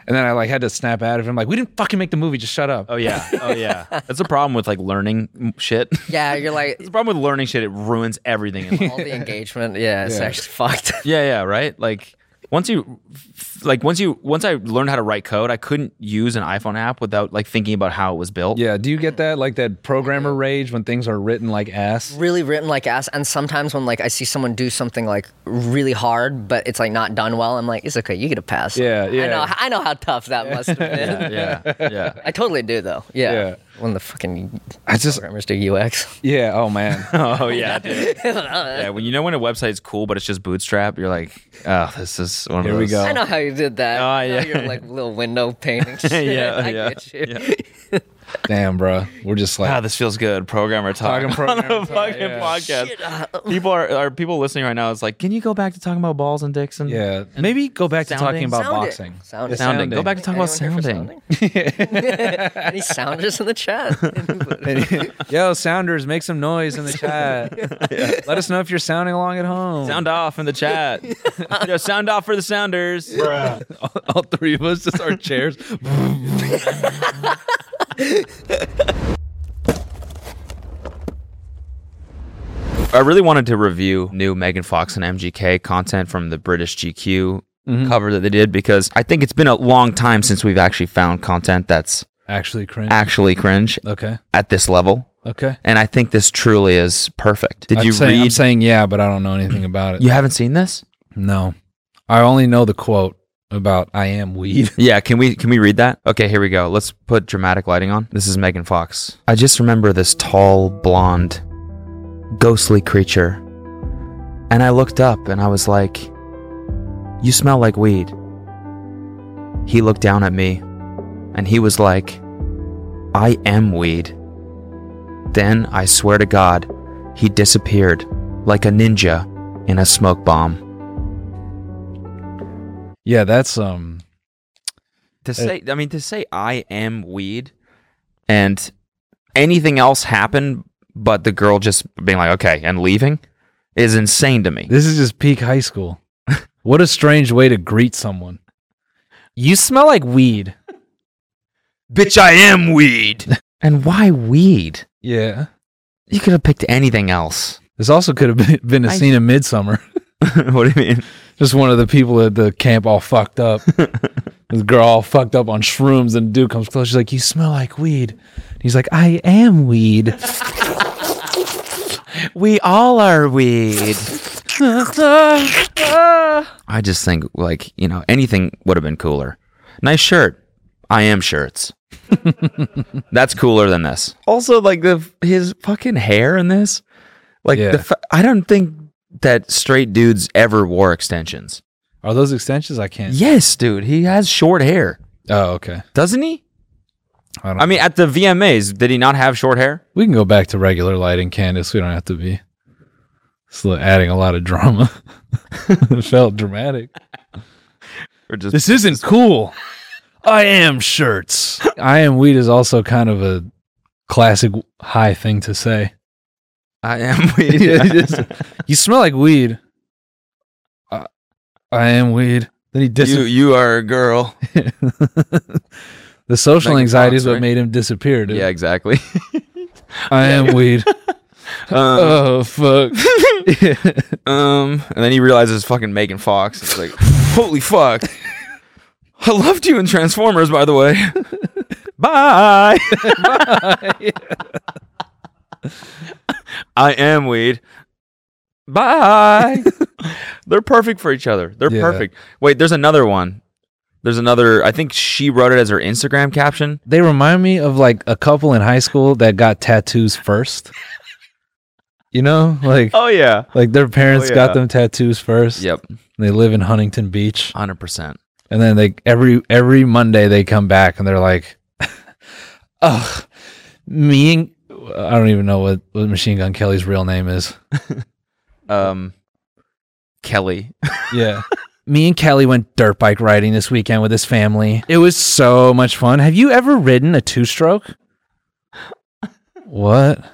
Speaker 3: and then I like had to snap out of him like we didn't fucking make the movie, just shut up.
Speaker 4: Oh yeah. Oh yeah. That's the problem with like learning m- shit.
Speaker 22: Yeah, you're like
Speaker 4: the problem with learning shit. It ruins everything. In life.
Speaker 22: All the engagement. Yeah, it's
Speaker 4: Yeah.
Speaker 22: actually fucked.
Speaker 4: yeah. Yeah. Right. Like once you, like once you, once I learned how to write code, I couldn't use an iPhone app without like thinking about how it was built.
Speaker 3: Yeah. Do you get that? Like that programmer rage when things are written like ass?
Speaker 22: really written like ass and sometimes when like i see someone do something like really hard but it's like not done well i'm like it's okay you get a pass
Speaker 3: Yeah, yeah.
Speaker 22: i know i know how tough that must have been
Speaker 4: yeah yeah
Speaker 22: i totally do though yeah,
Speaker 3: Yeah.
Speaker 22: when the fucking
Speaker 3: I just
Speaker 22: programmers do UX.
Speaker 3: Yeah. Oh man.
Speaker 4: oh yeah. Dude. yeah. When you know when a website's cool, but it's just Bootstrap, you're like, oh, this is one of those.
Speaker 22: i know how you did that
Speaker 4: Oh,
Speaker 22: I know
Speaker 4: yeah.
Speaker 22: you're like little window painting shit.
Speaker 4: Yeah,
Speaker 22: I
Speaker 4: yeah,
Speaker 22: get you.
Speaker 3: Damn, bro. We're just like,
Speaker 4: ah, this feels good. Programmer talk.
Speaker 3: Talking
Speaker 4: on
Speaker 3: programmer
Speaker 4: a
Speaker 3: talk,
Speaker 4: fucking
Speaker 3: yeah.
Speaker 4: podcast. people are, are people listening right now. It's like, can you go back to talking about Oh, balls and dicks and
Speaker 3: yeah? Maybe go back to talking about
Speaker 22: Sound it.
Speaker 3: boxing.
Speaker 22: Sound
Speaker 4: Yeah,
Speaker 22: it.
Speaker 4: sounding. Go back to talking about
Speaker 22: Anyone
Speaker 4: sounding.
Speaker 22: any sounders in the chat
Speaker 3: Yo, Sounders, make some noise in the chat. Let us know if you're sounding along at home.
Speaker 4: Sound off in the chat. Yo, sound off for the Sounders.
Speaker 3: all, all three of us just our chairs.
Speaker 4: I really wanted to review new Megan Fox and MGK content from the British GQ
Speaker 3: Mhm.
Speaker 4: cover that they did because I think it's been a long time since we've actually found content that's
Speaker 3: Actually cringe.
Speaker 4: actually cringe.
Speaker 3: Okay.
Speaker 4: At this level.
Speaker 3: Okay.
Speaker 4: And I think this truly is perfect. Did
Speaker 3: I'm
Speaker 4: you
Speaker 3: saying, I'm
Speaker 4: read?
Speaker 3: saying yeah, but I don't know anything about it.
Speaker 4: You haven't seen this?
Speaker 3: No, I only know the quote about "I am weed."
Speaker 4: Yeah, can we can we read that? Okay, here we go. Let's put dramatic lighting on. This is Megan Fox. I just remember this tall, blonde, ghostly creature. And I looked up and I was like, "You smell like weed." He looked down at me and he was like, "I am weed." Then I swear to God, he disappeared like a ninja in a smoke bomb.
Speaker 3: Yeah, that's um. uh,
Speaker 4: to say i mean to say i am weed and anything else happen but the girl just being like okay and leaving is insane to me.
Speaker 3: This is just peak high school. what a strange way to greet someone. You smell like weed.
Speaker 4: Bitch, I am weed. and why weed?
Speaker 3: Yeah.
Speaker 4: You could have picked anything else.
Speaker 3: This also could have been, been a
Speaker 4: I-
Speaker 3: scene in Midsummer.
Speaker 4: what do you mean?
Speaker 3: Just one of the people at the camp all fucked up. this girl all fucked up on shrooms, and dude comes close. She's like, "You smell like weed." And he's like, "I am weed."
Speaker 4: We all are weed.
Speaker 3: That's
Speaker 4: I just think like, you know, anything would have been cooler. Nice shirt. I am shirts. That's cooler than this. Also like the his fucking hair in this. Like
Speaker 3: Yeah.
Speaker 4: the fa- I don't think that straight dudes ever wore extensions.
Speaker 3: Are those extensions? I can't.
Speaker 4: Yes, dude. He has short hair.
Speaker 3: Oh, okay.
Speaker 4: Doesn't he?
Speaker 3: I, don't
Speaker 4: mean, at the VMAs, did he not have short hair?
Speaker 3: We can go back to regular lighting, Candace. We don't have to be still adding a lot of drama. it felt dramatic.
Speaker 4: Or just
Speaker 3: this isn't cool. I am shirts. I am weed is also kind of a classic high thing to say.
Speaker 4: I am weed.
Speaker 3: Yeah, he just- you smell like weed. I, I am weed. Then he dis-
Speaker 4: you you are a girl.
Speaker 3: the social
Speaker 4: Megan
Speaker 3: anxiety
Speaker 4: Fox,
Speaker 3: is what
Speaker 4: right?
Speaker 3: made him disappear. Dude.
Speaker 4: yeah, exactly.
Speaker 3: I am weed. oh fuck.
Speaker 4: um, and then he realizes fucking Megan Fox. He's like, holy fuck. I loved you in Transformers, by the way. Bye. I am weed. Bye. They're perfect for each other. They're
Speaker 12: Yeah.
Speaker 4: perfect. Wait, there's another one. There's another. I think she wrote it as her Instagram caption.
Speaker 3: They remind me of like a couple in high school that got tattoos first. You know, like
Speaker 4: Oh, yeah.
Speaker 3: like their parents
Speaker 4: Oh, yeah.
Speaker 3: got them tattoos first.
Speaker 4: Yep.
Speaker 3: And they live in Huntington Beach.
Speaker 4: Hundred percent.
Speaker 3: And then they every every Monday they come back and they're like, "Ugh, me and I don't even know what, what Machine Gun Kelly's real name is."
Speaker 4: Um, Kelly.
Speaker 3: Yeah. Me and Kelly went dirt bike riding this weekend with his family. It was so much fun. Have you ever ridden a two stroke? What?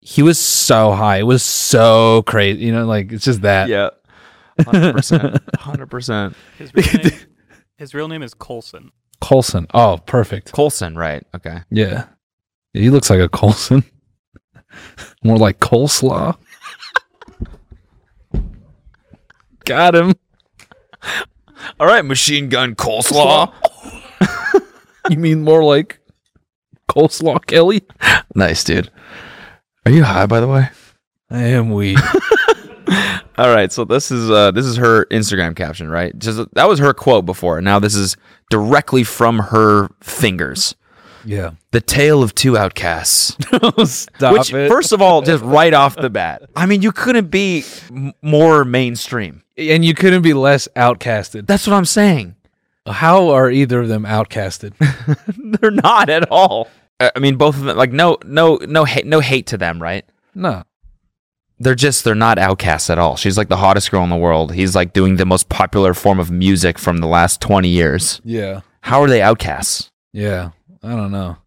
Speaker 3: He was so high. It was so crazy. You know, like it's just that.
Speaker 4: Yeah. 100%. 100%.
Speaker 14: His real name, his real name is Colson.
Speaker 3: Colson. Oh, perfect.
Speaker 4: Colson, right. Okay.
Speaker 3: Yeah. Yeah, He looks like a Colson. More like coleslaw. Got him.
Speaker 4: All right, machine gun coleslaw.
Speaker 3: you mean more like coleslaw Kelly?
Speaker 4: Nice, dude. Are you high, by the way?
Speaker 3: I am weed.
Speaker 4: All right, so this is uh, this is her Instagram caption, right? Just that was her quote before. Now this is directly from her fingers.
Speaker 3: Yeah.
Speaker 4: The tale of two outcasts.
Speaker 3: Stop
Speaker 4: Which,
Speaker 3: it.
Speaker 4: first of all, just right off the bat, I mean, you couldn't be m- more mainstream.
Speaker 3: and you couldn't be less outcasted.
Speaker 4: That's what I'm saying.
Speaker 3: How are either of them outcasted?
Speaker 4: They're not at all. I I mean, both of them, like no, no, no, ha- no hate to them, right?
Speaker 3: no.
Speaker 4: they're just they're not outcasts at all. She's like the hottest girl in the world. He's like doing the most popular form of music from the last 20 years.
Speaker 3: Yeah.
Speaker 4: How are they outcasts?
Speaker 3: Yeah. I don't know.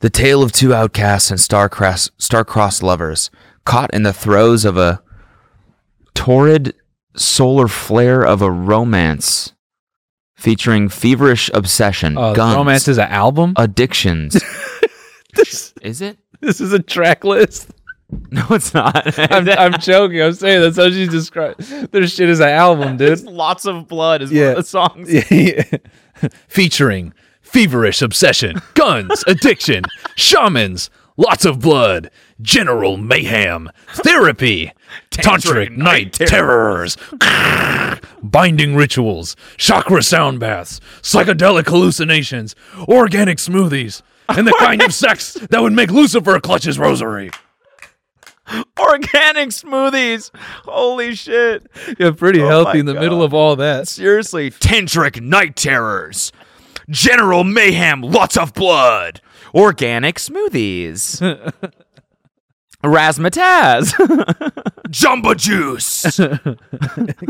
Speaker 4: The tale of two outcasts and star-crossed, star-crossed lovers caught in the throes of a torrid solar flare of a romance featuring feverish obsession,
Speaker 3: Uh,
Speaker 4: guns,
Speaker 3: romance is an album?
Speaker 4: addictions. Is it?
Speaker 3: This is a track list.
Speaker 4: No, it's not.
Speaker 3: I'm, I'm joking. I'm saying that's how she described. Their shit is an album, dude.
Speaker 4: Lots of blood is
Speaker 3: Yeah.
Speaker 4: one of the songs.
Speaker 3: Yeah, yeah. Featuring feverish obsession, guns, addiction, shamans, lots of blood, general mayhem, therapy, tantric, night terrors, binding rituals, chakra sound baths, psychedelic hallucinations, organic smoothies, and the kind of sex that would make Lucifer clutch his rosary.
Speaker 4: organic smoothies. Holy shit.
Speaker 3: Yeah, pretty
Speaker 4: Oh
Speaker 3: healthy
Speaker 4: my
Speaker 3: in the
Speaker 4: God.
Speaker 3: middle of all that.
Speaker 4: Seriously, tantric night terrors. General mayhem, lots of blood. Organic smoothies. Razzmatazz. Jumba juice.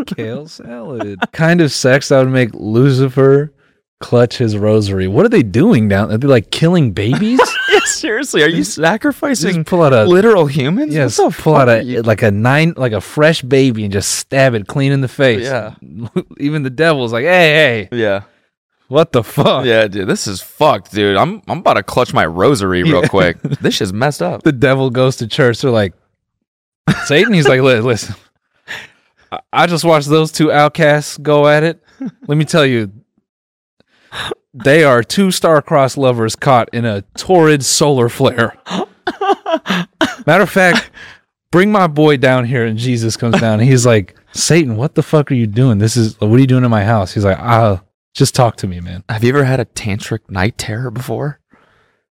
Speaker 3: Kale salad. kind of sex that would make Lucifer clutch his rosary. What are they doing now? Are they like killing babies?
Speaker 12: Seriously, are you sacrificing
Speaker 3: pull out a
Speaker 12: literal humans?
Speaker 3: Yes, pull out a like a nine, like a fresh baby, and just stab it clean in the face.
Speaker 12: Yeah.
Speaker 3: even the devil's like, hey, hey,
Speaker 12: yeah,
Speaker 3: what the fuck?
Speaker 12: Yeah, dude, this is fucked, dude. I'm I'm about to clutch my rosary real
Speaker 3: Yeah.
Speaker 12: quick. This is messed up.
Speaker 3: The devil goes to church. They're like, Satan. He's like, "Li- listen, I- I just watched those two outcasts go at it. Let me tell you, they are two star-crossed lovers caught in a torrid solar flare. Matter of fact, bring my boy down here. And Jesus comes down. And he's like, Satan, what the fuck are you doing? This is what are you doing in my house? He's like, ah, just talk to me, man.
Speaker 12: Have you ever had a tantric night terror before?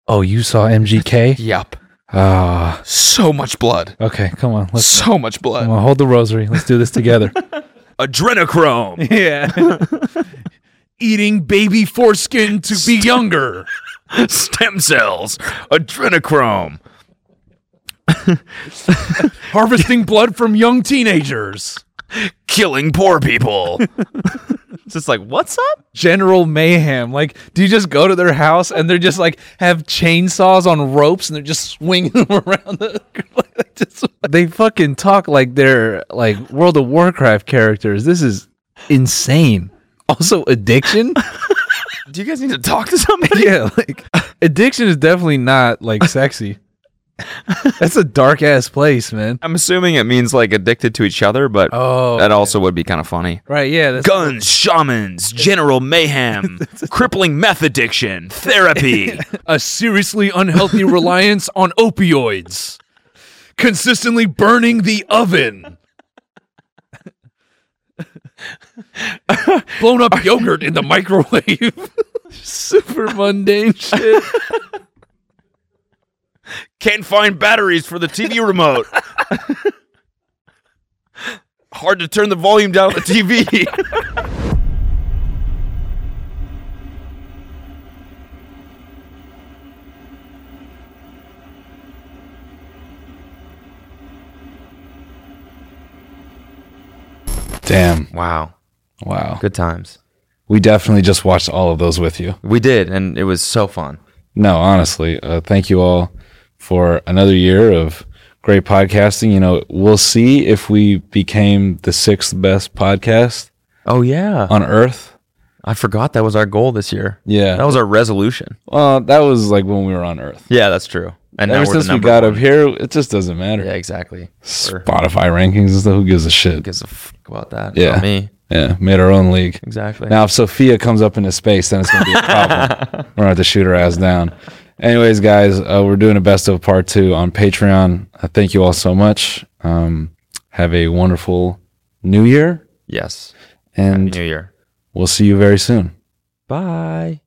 Speaker 3: Oh, you saw MGK?
Speaker 12: Yep.
Speaker 3: Ah,
Speaker 12: So much blood.
Speaker 3: okay. Come on. Let's
Speaker 12: So much blood.
Speaker 3: Come on, hold the rosary. Let's do this together.
Speaker 12: Adrenochrome.
Speaker 3: Yeah. Eating baby foreskin to be younger.
Speaker 12: Stem cells. Adrenochrome.
Speaker 3: Harvesting blood from young teenagers.
Speaker 12: Killing poor people. it's just like, what's up?
Speaker 3: General mayhem. Like, do you just go to their house and they're just like have chainsaws on ropes and they're just swinging them around? The, like, just- they fucking talk like they're like World of Warcraft characters. This is insane. Also, addiction.
Speaker 12: Do you guys need to talk to somebody?
Speaker 3: yeah, like addiction is definitely not like sexy. That's a dark ass place, man.
Speaker 12: I'm assuming it means like addicted to each other, but
Speaker 3: Oh,
Speaker 12: that also would be kind of funny.
Speaker 3: Right, yeah. That's
Speaker 12: Guns, shamans, general mayhem, crippling meth addiction, therapy.
Speaker 3: a seriously unhealthy reliance on opioids, consistently burning the oven, blown up yogurt in the microwave, super mundane shit.
Speaker 12: Can't find batteries for the TV remote. Hard to turn the volume down on the TV.
Speaker 3: Damn.
Speaker 12: wow.
Speaker 3: Wow.
Speaker 12: Good times.
Speaker 3: We definitely just watched all of those with you.
Speaker 12: We did, and it was so fun.
Speaker 3: No, honestly, uh, thank you all for another year of great podcasting. You know, we'll see if we became the sixth best podcast.
Speaker 12: Oh yeah,
Speaker 3: on Earth.
Speaker 12: I forgot that was our goal this year.
Speaker 3: Yeah,
Speaker 12: That was our resolution.
Speaker 3: Well, that was like when we were on Earth.
Speaker 12: Yeah, that's true. And now
Speaker 3: ever
Speaker 12: we're the
Speaker 3: since we
Speaker 12: number
Speaker 3: got
Speaker 12: one.
Speaker 3: up here, it just doesn't matter.
Speaker 12: Yeah, exactly.
Speaker 3: Spotify rankings and stuff. Who gives a shit? Who
Speaker 12: gives a fuck about that?
Speaker 3: Yeah,
Speaker 12: Not me.
Speaker 3: Yeah, made our own league.
Speaker 12: Exactly.
Speaker 3: Now, if Sophia comes up into space, then it's gonna be a problem. we're gonna have to shoot her ass down. Anyways, guys, uh, we're doing a best of part two on Patreon. Uh, thank you all so much. Um, have a wonderful New Year,
Speaker 12: Yes.
Speaker 3: and
Speaker 12: New Year.
Speaker 3: we'll see you very soon.
Speaker 12: Bye.